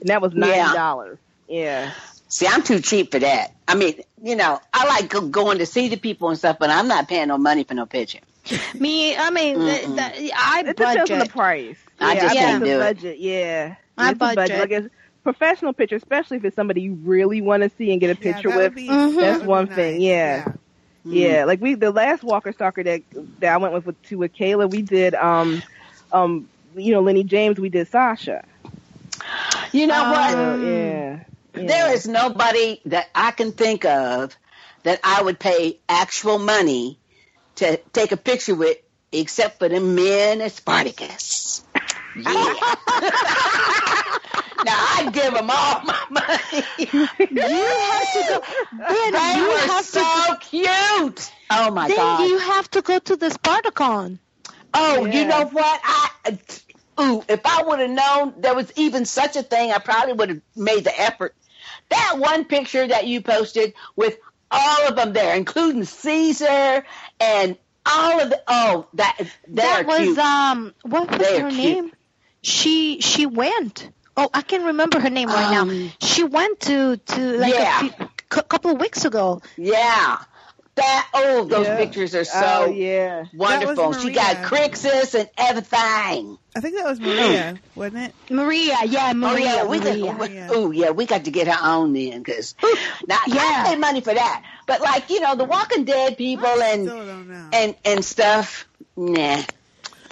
and that was Yeah. ninety dollars. Yeah. See, I'm too cheap for that. I mean, you know, I like go- going to see the people and stuff, but I'm not paying no money for no picture. Me, I mean, the, the, I It depends on the budget. price. I yeah, just think can't the do it. budget. Yeah, I It's a budget. Like it's professional picture, especially if it's somebody you really want to see and get a Yeah, picture that with. would be- Mhm. that That's would be one thing, nice. yeah. Yeah, like we the last Walker Stalker that that I went with, with to with Kayla, we did um um you know Lenny James, we did Sasha. You know what? So, yeah, yeah. There is nobody that I can think of that I would pay actual money to take a picture with, except for the men at Spartacus. Yeah. now I give them all my money. Then They you were have so to cute. Oh my then god. you have to go to the Spartacon. Oh, Yeah. you know what? I ooh, if I would have known there was even such a thing, I probably would have made the effort. That one picture that you posted with all of them there, including Caesar and all of the oh that that was cute. um what was They're her cute. name she she went oh i can remember her name right now Um, she went to to like yeah. a few, c- couple of weeks ago yeah. That oh those Yeah. pictures are so oh yeah. wonderful. She got Maria. Crixus and everything. I think that was Hmm. Maria, wasn't it? maria yeah Oh maria yeah, we maria. got. Oh yeah, we got to get her on then, because now Yeah. I pay money for that. But like you know, the Walking Dead people and Still don't know. and and stuff. Nah.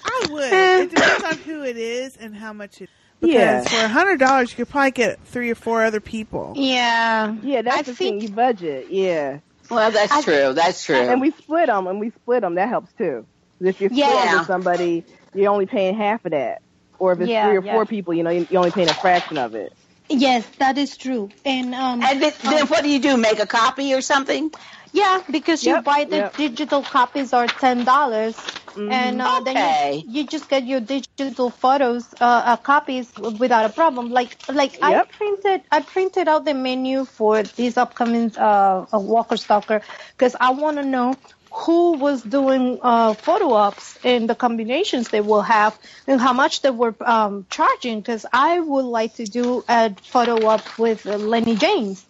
I would. It depends on who it is and how much it. Because eh. Yeah. for a hundred dollars, you could probably get three or four other people. yeah Yeah, that's I the think- thing. You budget, yeah, Well, that's true. That's true. and we split them, and we split them. That helps too. 'Cause If you're splitting Yeah. with somebody, you're only paying half of that, or if it's Yeah, three or yeah. four people, you know, you're only paying a fraction of it. Yes, that is true. And um, and then, then um, what do you do? Make a copy or something? yeah, because you Yep, buy the yep. digital copies are ten dollars, and uh, Okay. then you, you just get your digital photos, uh, uh, copies without a problem. Like like I Yep. printed I printed out the menu for this upcoming uh, uh, Walker Stalker because I want to know who was doing uh, photo ops and the combinations they will have and how much they were um, charging because I would like to do a photo op with uh, Lenny James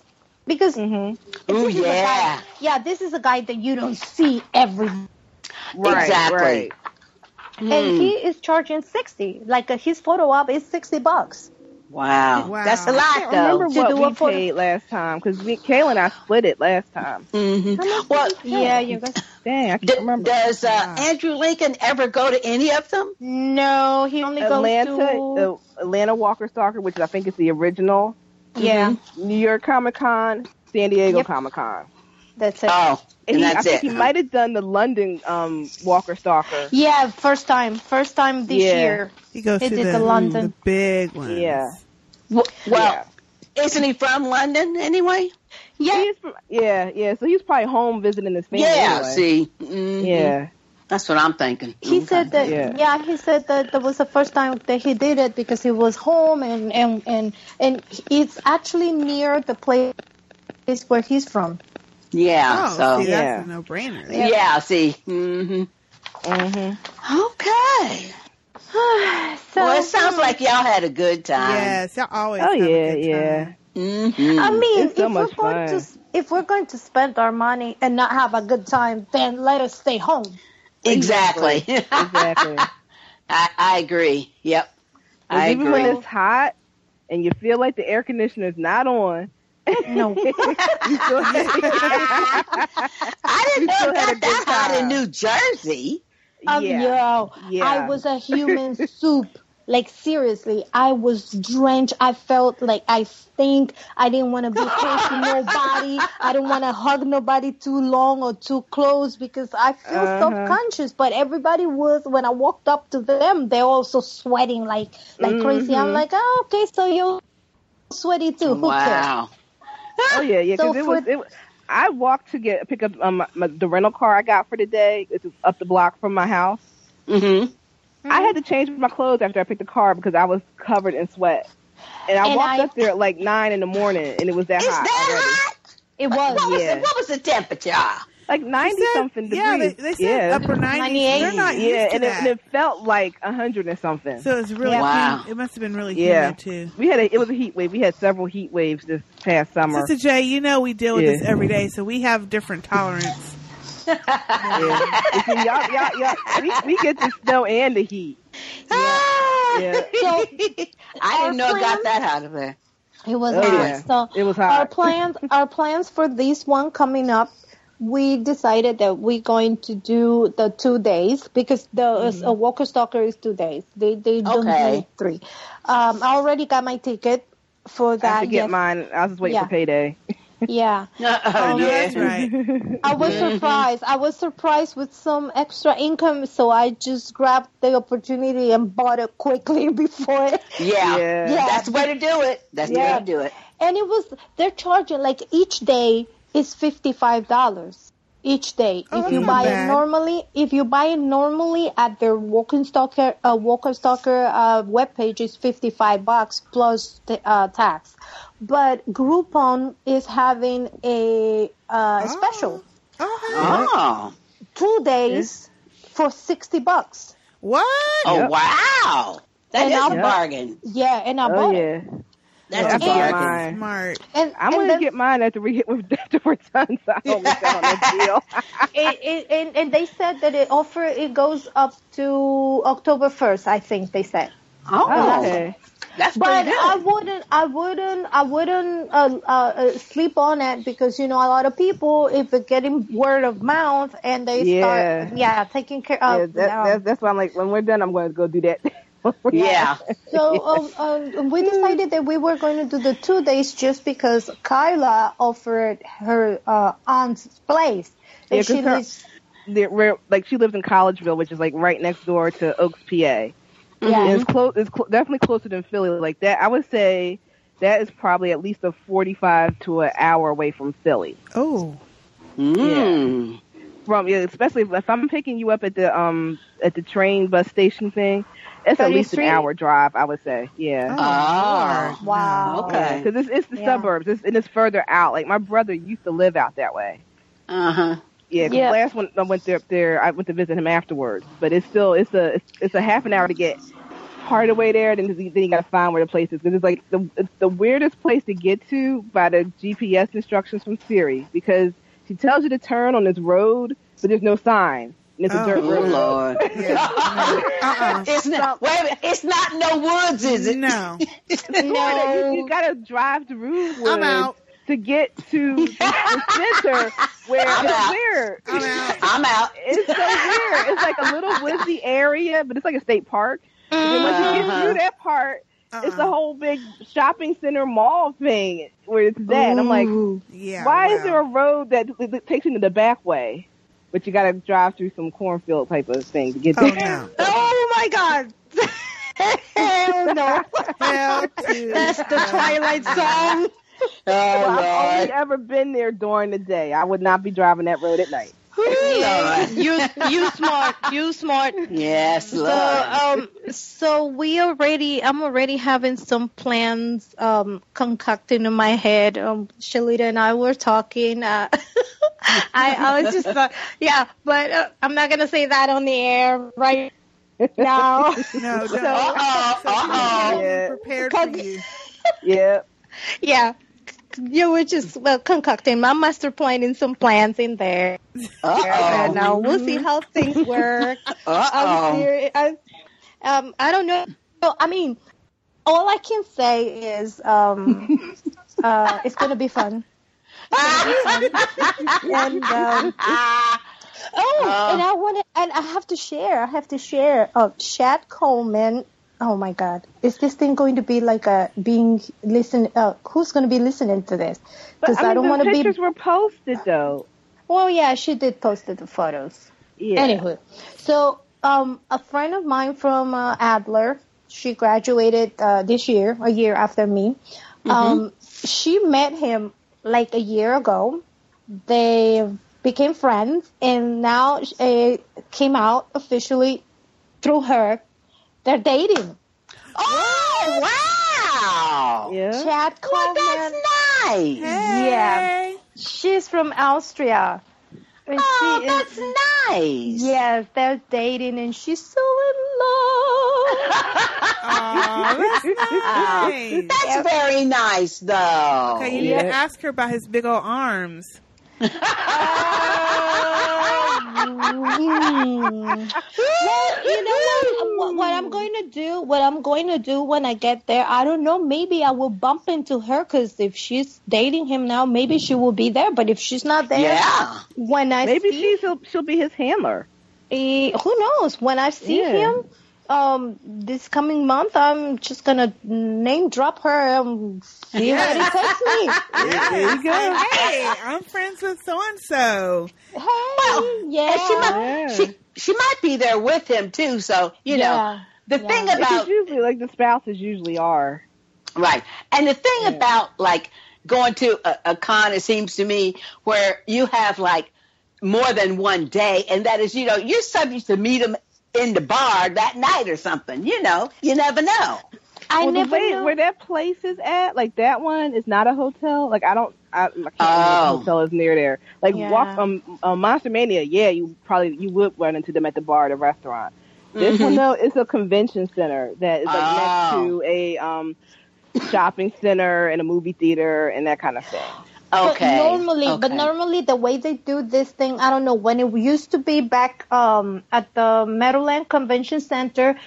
because Mm-hmm. Ooh, this is a yeah. guy, yeah, this is a guy that you don't see every Right, Exactly. Right. and he is charging 60 like uh, his photo op is 60 bucks Wow. Wow. That's a lot, I remember though. To what do we a photo- paid last time because Kayla and I split it last time. Mm-hmm. Well, yeah you guys Dang, I can't d- remember. does uh, Andrew Lincoln ever go to any of them? no he only Atlanta, goes to uh, Atlanta Walker Stalker, which I think is the original. Mm-hmm. yeah New York Comic Con, San Diego Yep. Comic Con. that's it Oh, and, And he, I that's think it. he huh? might have done the London um, Walker Stalker. yeah first time first time this Yeah. year You go He to did the, the London. the big ones. Yeah. Well, Yeah. isn't he from London anyway? yeah He's from, yeah, yeah. So he's probably home visiting his family. yeah. anyway. See. Mhm. Yeah. That's what I'm thinking. he Okay. said that Yeah. yeah. he said that that was the first time that he did it because he was home and and and, and it's actually near the place where he's from Yeah. Oh, so see, Yeah. that's a no-brainer. yeah. see. hmm Mm-hmm. Okay. so well, it sounds like y'all had a good time. Yes, y'all always. Oh, have a yeah, good yeah. time. Mhm. I mean, It's so if much we're going fun. to if we're going to spend our money and not have a good time, then let us stay home. exactly. Exactly. I, I agree. Yep. I Because even agree. when it's hot and you feel like the air conditioner's not on, No, you still I didn't know still had it got a that good hot in time. New Jersey. um, yeah. yo, Yeah. I was a human soup. Like seriously, I was drenched. I felt like I stink. I didn't want to be close to nobody. I didn't want to hug nobody too long or too close because I feel Uh-huh. self-conscious. But everybody was when I walked up to them, they're also sweating like like crazy. I'm Mhm. like, oh, okay, so you're sweaty too. Who cares? Wow. Oh yeah, yeah. So Because it was, for- it, was- I walked to get pick up um, my, my, the rental car I got for the day. It's up the block from my house. Mm-hmm. I had to change my clothes after I picked the car because I was covered in sweat. And I And walked I- up there at like nine in the morning, and it was that Is hot. already. that It hot? What was. was, Yeah. the, what was the temperature? Like ninety said- something degrees. Yeah, they, they said yeah. upper 90s. 98. They're not used yeah, to and it, that. and it felt like a hundred and something. so it's really Wow. humid. It must have been really Yeah. humid too. we had a, it was a heat wave. We had several heat waves this past summer. Sister Jay, you know we deal with Yeah. this every day, so we have different tolerance. Yeah. And see, y'all, y'all, y'all, we, we get the snow and the heat. Ah. Yeah. So I Our didn't know it got friend- that hot of there. It was Oh, hot. yeah. So It was our hot. plans our plans for this one coming up we decided that we're going to do the two days because the Mm-hmm. uh, walker stalker is two days they they don't Okay. need three um i already got my ticket for I that have to get yes. mine. I was just waiting Yeah. for payday. yeah Oh, Oh, no, that's yeah. right. i was Mhm. surprised i was surprised with some extra income so i just grabbed the opportunity and bought it quickly before it yeah. Yeah. Yeah. That's the way to do it. That's Yeah. the way to do it. and it was they're charging like each day is fifty five dollars each day Oh, if that's you not buy bad. it normally if you buy it normally at their walking stalker uh, walker stalker uh, webpage is 55 bucks plus t- uh, tax but groupon is having a uh, special Oh, hey. Oh. two days for 60 bucks What? Oh, Yep. wow. That And is I'll- a bargain. yeah and i Oh bought it yeah. That's I a have to get And- bargain. mine. Smart. and, I'm and gonna then- get mine after we hit with after we're done, so I don't miss out on that deal. it, it, and, and they said that it offer it goes up to October first, I think they said. Oh, uh, okay. that's But pretty good. I wouldn't, I wouldn't, I wouldn't uh, uh, uh, sleep on it because you know a lot of people if they're getting word of mouth and they Yeah. start yeah taking care of yeah, that, um, that's that's why I'm like, when we're done, I'm going to go do that. yeah. So um, um, Hmm. we decided that we were going to do the two days just because Kyla offered her uh, aunt's place and Yeah, 'cause she her- lives They're- we're, like she lives in Collegeville, which is like right next door to Oaks, PA. yeah And it's close. It's clo- definitely closer than Philly. Like that, I would say that is probably at least a 45 to an hour away from Philly. Oh, Mm. From yeah, especially if, if I'm picking you up at the um at the train bus station thing, it's at least an 33? hour drive. I would say. Yeah. oh, Oh. Lord, no. wow Okay. because it's, it's the Yeah. suburbs it's, and it's further out. Like my brother used to live out that way. Uh huh. Yeah, 'cause Yeah. last one I went there up there, I went to visit him afterwards. But it's still it's a it's, it's a half an hour to get part of the way there. Then you- then you got to find where the place is because it's like the it's the weirdest place to get to by the GPS instructions from Siri because she tells you to turn on this road, but there's no sign and it's a Oh. dirt Oh, road. Lord. Yeah. Uh-uh. It's not, wait a minute, it's not no woods, is it? No. Florida, No. you, you gotta drive through woods I'm out. to get to the, the center where I'm it's out. weird. I'm out. I'm out. It's so weird. It's like a little woodsy area, but it's like a state park. And then once you get Uh-huh. through that part, it's a Uh-uh. whole big shopping center mall thing where it's that. And I'm like, Yeah. why wow. is there a road that, that takes you to the back way? But you gotta drive through some cornfield type of thing to get there. Oh no. oh my god. Hell no. Hell to That's the Twilight Zone. Well, I've Oh, only Lord. ever been there during the day. I would not be driving that road at night. Yeah, Lord. you you smart, you smart. Yes, So uh, Lord. um, so we already, I'm already having some plans um concocting in my head. Um, Shalita and I were talking. Uh, I I was just uh, yeah, but uh, I'm not gonna say that on the air right now. No, don't. Uh-oh, oh, so people uh-oh. can be Yeah. prepared for Cause- you. Yeah. yeah, you were just well concocting my master planning some plans in there. Uh And uh, we'll see how things work. oh. Uh I'm oh. serious. I, um, I don't know. No, I mean, all I can say is um, uh, it's going to be fun. And um, oh, Oh. and I want to, and I have to share. I have to share. Oh, Chad Coleman. Oh my God, is this thing going to be like a being listen? Uh, who's going to be listening to this? But Because I mean, I don't the want to be. oh pictures were posted though. well yeah she did post the photos Yeah. Anywho, so um, a friend of mine from uh, Adler, she graduated uh, this year, Mm-hmm. a year after me. Um, she met him like a year ago, they became friends, and now it came out officially through her. They're dating. Oh, wow. Yeah. Chad Well, Coleman. that's nice. Yeah. Hey. She's from Austria. And Oh, she is- that's nice. Yes, they're dating, and she's so in love. Aw, that's nice. That's very nice, though. Okay, you need to ask her about his big old arms. Oh. Mm. well, you know what, what? What I'm going to do? What I'm going to do when I get there? I don't know. Maybe I will bump into her because if she's dating him now, maybe she will be there. But if she's not there, Yeah. when I Maybe see she's she'll, she'll be his handler. Eh, who knows? When I see Yeah. him um, this coming month, I'm just gonna name drop her and see where it takes me. There you go. Hey, I'm friends with so and so. Hey, Well, yeah, And she might, Yeah. she she might be there with him too. So you know Yeah. the Yeah. thing It's about just usually like the spouses usually are. Right. And the thing about like going to a, a con, it seems to me, where you have like more than one day, and that is, you know, you're subject to meet them in the bar that night or something. You know, you never know. I well, never the way, know. where that place is at, like that one is not a hotel. Like I don't, I, I can't remember Oh. if a hotel is near there. Like walk Yeah. um, um Monster Mania, yeah, you probably you would run into them at the bar, or the restaurant. This one though, it's a convention center that is like Mm-hmm. Oh. next to a um shopping center and a movie theater and that kind of thing. Okay. But normally, but Okay. normally the way they do this thing, I don't know. When it used to be back um, at the Maryland Convention Center,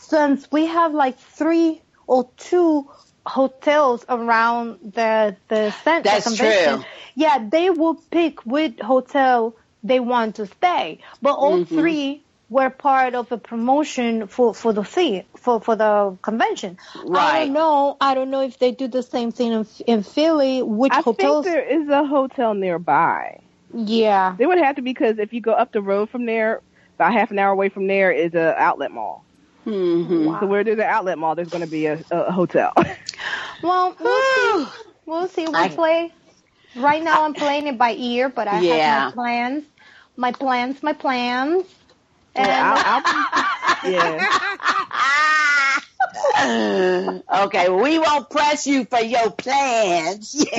since we have like three or two hotels around the the center That's convention, true. yeah, they will pick which hotel they want to stay. But all Mm-hmm. three were part of a promotion for for the fee for for the convention. I Right. don't know. I don't know if they do the same thing in, in Philly. Which I hotels? think there is a hotel nearby. Yeah. There would have to be because if you go up the road from there, about half an hour away from there is a outlet mall. Mhm. So where there's an outlet mall, there's going to be a, a hotel. Well, we'll see. We'll see. We'll I- play. Right now, I'm playing it by ear, but I Yeah. have my plans, my plans, my plans. And Yeah, I'll, I'll be, yeah. Ah! okay, we won't press you for your plans.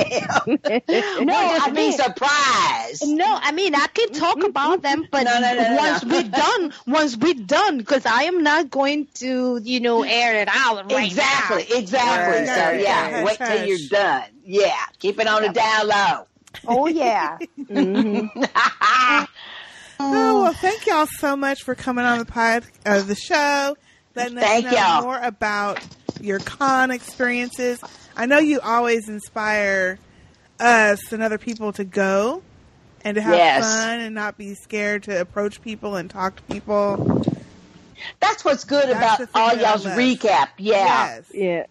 Yeah. we'll just I be mean- surprised. no, I mean I can talk about them, but No, no, no, no, once no. we're done, once we're done, because I am not going to, you know, air it out right exactly, exactly. Right. So Hush, yeah, hush, wait till hush. you're done. Yeah, keep it on the down low. now. Oh yeah. Ah, Oh well, thank y'all so much for coming on the pod of the show, letting Thank us know y'all. more about your con experiences. I know you always inspire us and other people to go and to have Yes. fun and not be scared to approach people and talk to people. That's what's good That's the about thing all that I y'all's love. recap. Yeah, Yes. yeah.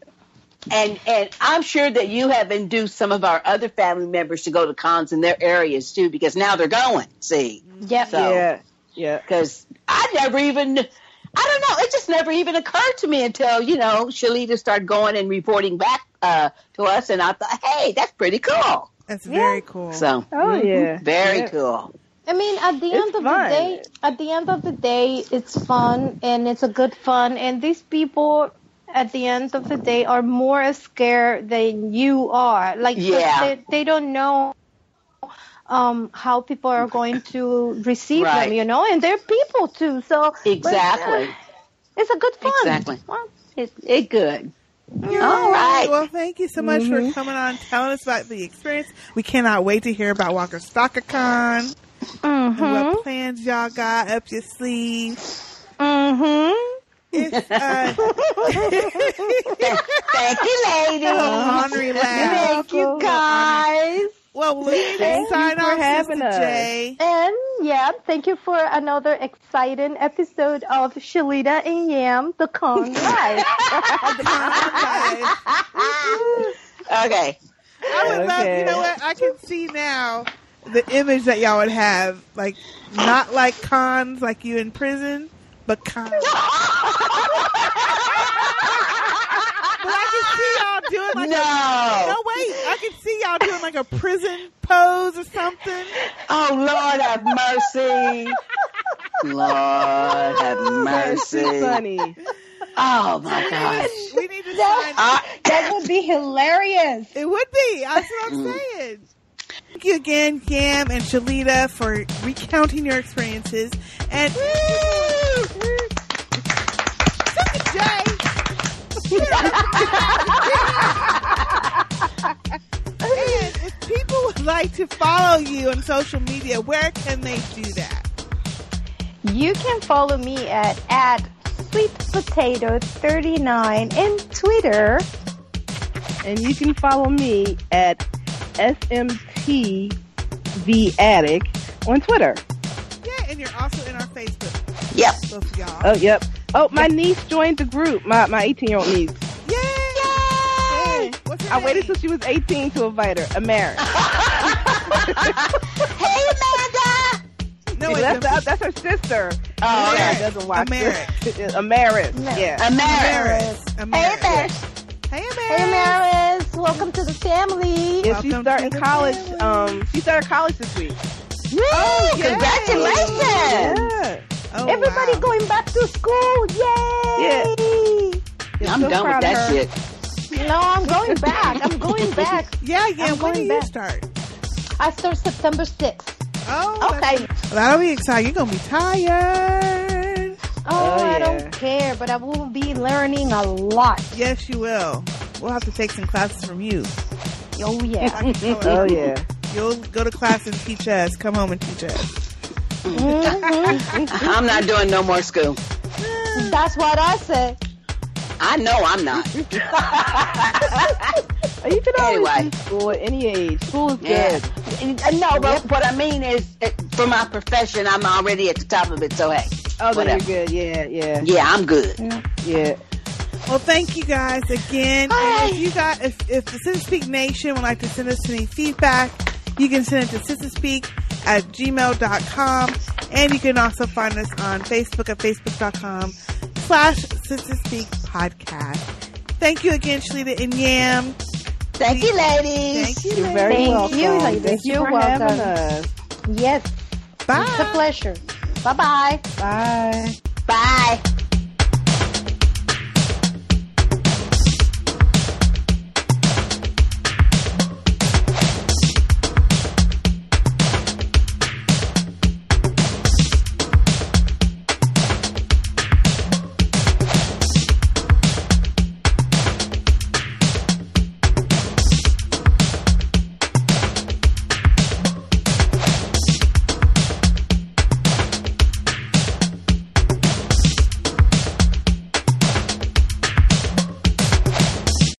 and and I'm sure that you have induced some of our other family members to go to cons in their areas too, because now they're going. See, Yep. So- Yeah. Yeah. because I never even, I don't know, it just never even occurred to me until, you know, Shalita started going and reporting back uh, to us. And I thought, hey, that's pretty cool. That's very cool. So, Oh, yeah. Mm-hmm. very Yeah. cool. I mean, at the It's end of fun. the day, at the end of the day, it's fun and it's a good fun. And these people, at the end of the day, are more scared than you are. Like, 'cause Yeah. they, they don't know um how people are going to receive Right. them, you know. And they're people too, so but, yeah, Exactly. it's a good fun. Exactly. Well, It, it good. Yay. All right. Mm-hmm. Well, thank you so much for coming on, telling us about the experience. We cannot wait to hear about Walker StalkerCon and Mm-hmm. what plans y'all got up your sleeve. mhm. It's uh, Thank you, ladies. Henry laugh. Thank you guys. Well, we need to Thank you sign for off, having Sister us. J. And yeah, thank you for another exciting episode of Shalita and Yam, the Con Live. I Okay. would love, you know what? I can see now the image that y'all would have, like not like cons, like you in prison, but cons. but I can see y'all doing like. No. uh, No, wait. I can see y'all doing like a prison pose or something. Oh Lord have mercy. Lord have mercy. Sunny. Oh my gosh. We need to sign. I, That would be hilarious. It would be. That's what I'm saying. Thank you again, Gam and Shalita, for recounting your experiences. And woo! Suck it, Jay. and if people would like to follow you on social media, where can they do that? You can follow me at at sweetpotato39 in Twitter. And you can follow me at SMTV Attic on Twitter. Yeah, and you're also in our Facebook, yep. both of y'all. Oh, yep. Oh, my niece joined the group. My my 18 year old niece. Yay! Hey, what's her I waited name? till she was 18 to invite her. Amara. Hey Amanda. No, it's that's, a- that's, that's her sister. Oh, Amara Americ. okay. doesn't watch Americ. this. Americ. Yeah. Amara. Amaris. Hey, Amaris. Maris. Hey, Amaris. Hey, Maris. Welcome to the family. Yeah, she's Welcome starting to the college. family. Um, she started college this week. Oh, Woo! Congratulations. Yeah. Oh, Everybody wow. going back to school. Yay! Yeah, I'm so done with proud of that her. shit. No, I'm going back. I'm going back. Yeah, yeah. I'm when do going you back. start? I start September 6th. Oh, that's- Okay. That'll be exciting. You're gonna be tired. Oh, Oh, I yeah. don't care, but I will be learning a lot. Yes, you will. We'll have to take some classes from you. Oh, yeah. I can tell Oh it. yeah. You'll go to class and teach us. Come home and teach us. I'm not doing no more school. That's what I say. I know I'm not. Oh, You can always Anyway. do school at any age. Oh, School is good. Yeah. Uh, No, but what I mean is, uh, for my profession, I'm already at the top of it. So hey, Oh, then you're Whatever. good. Yeah, yeah, yeah, I'm good. yeah. Well, thank you guys again. And if you got, if, if the Sister Speak Nation would like to send us any feedback, you can send it to sisterspeak at gmail.com. And you can also find us on Facebook at facebook.com slash sisterspeak podcast. Thank you again, Shalita and Yam. Thank you, ladies. Thank you. You're very Thank welcome. you, ladies. Thank you You're for welcome. having us. Yes, Bye. it's a pleasure. Bye bye. Bye. Bye.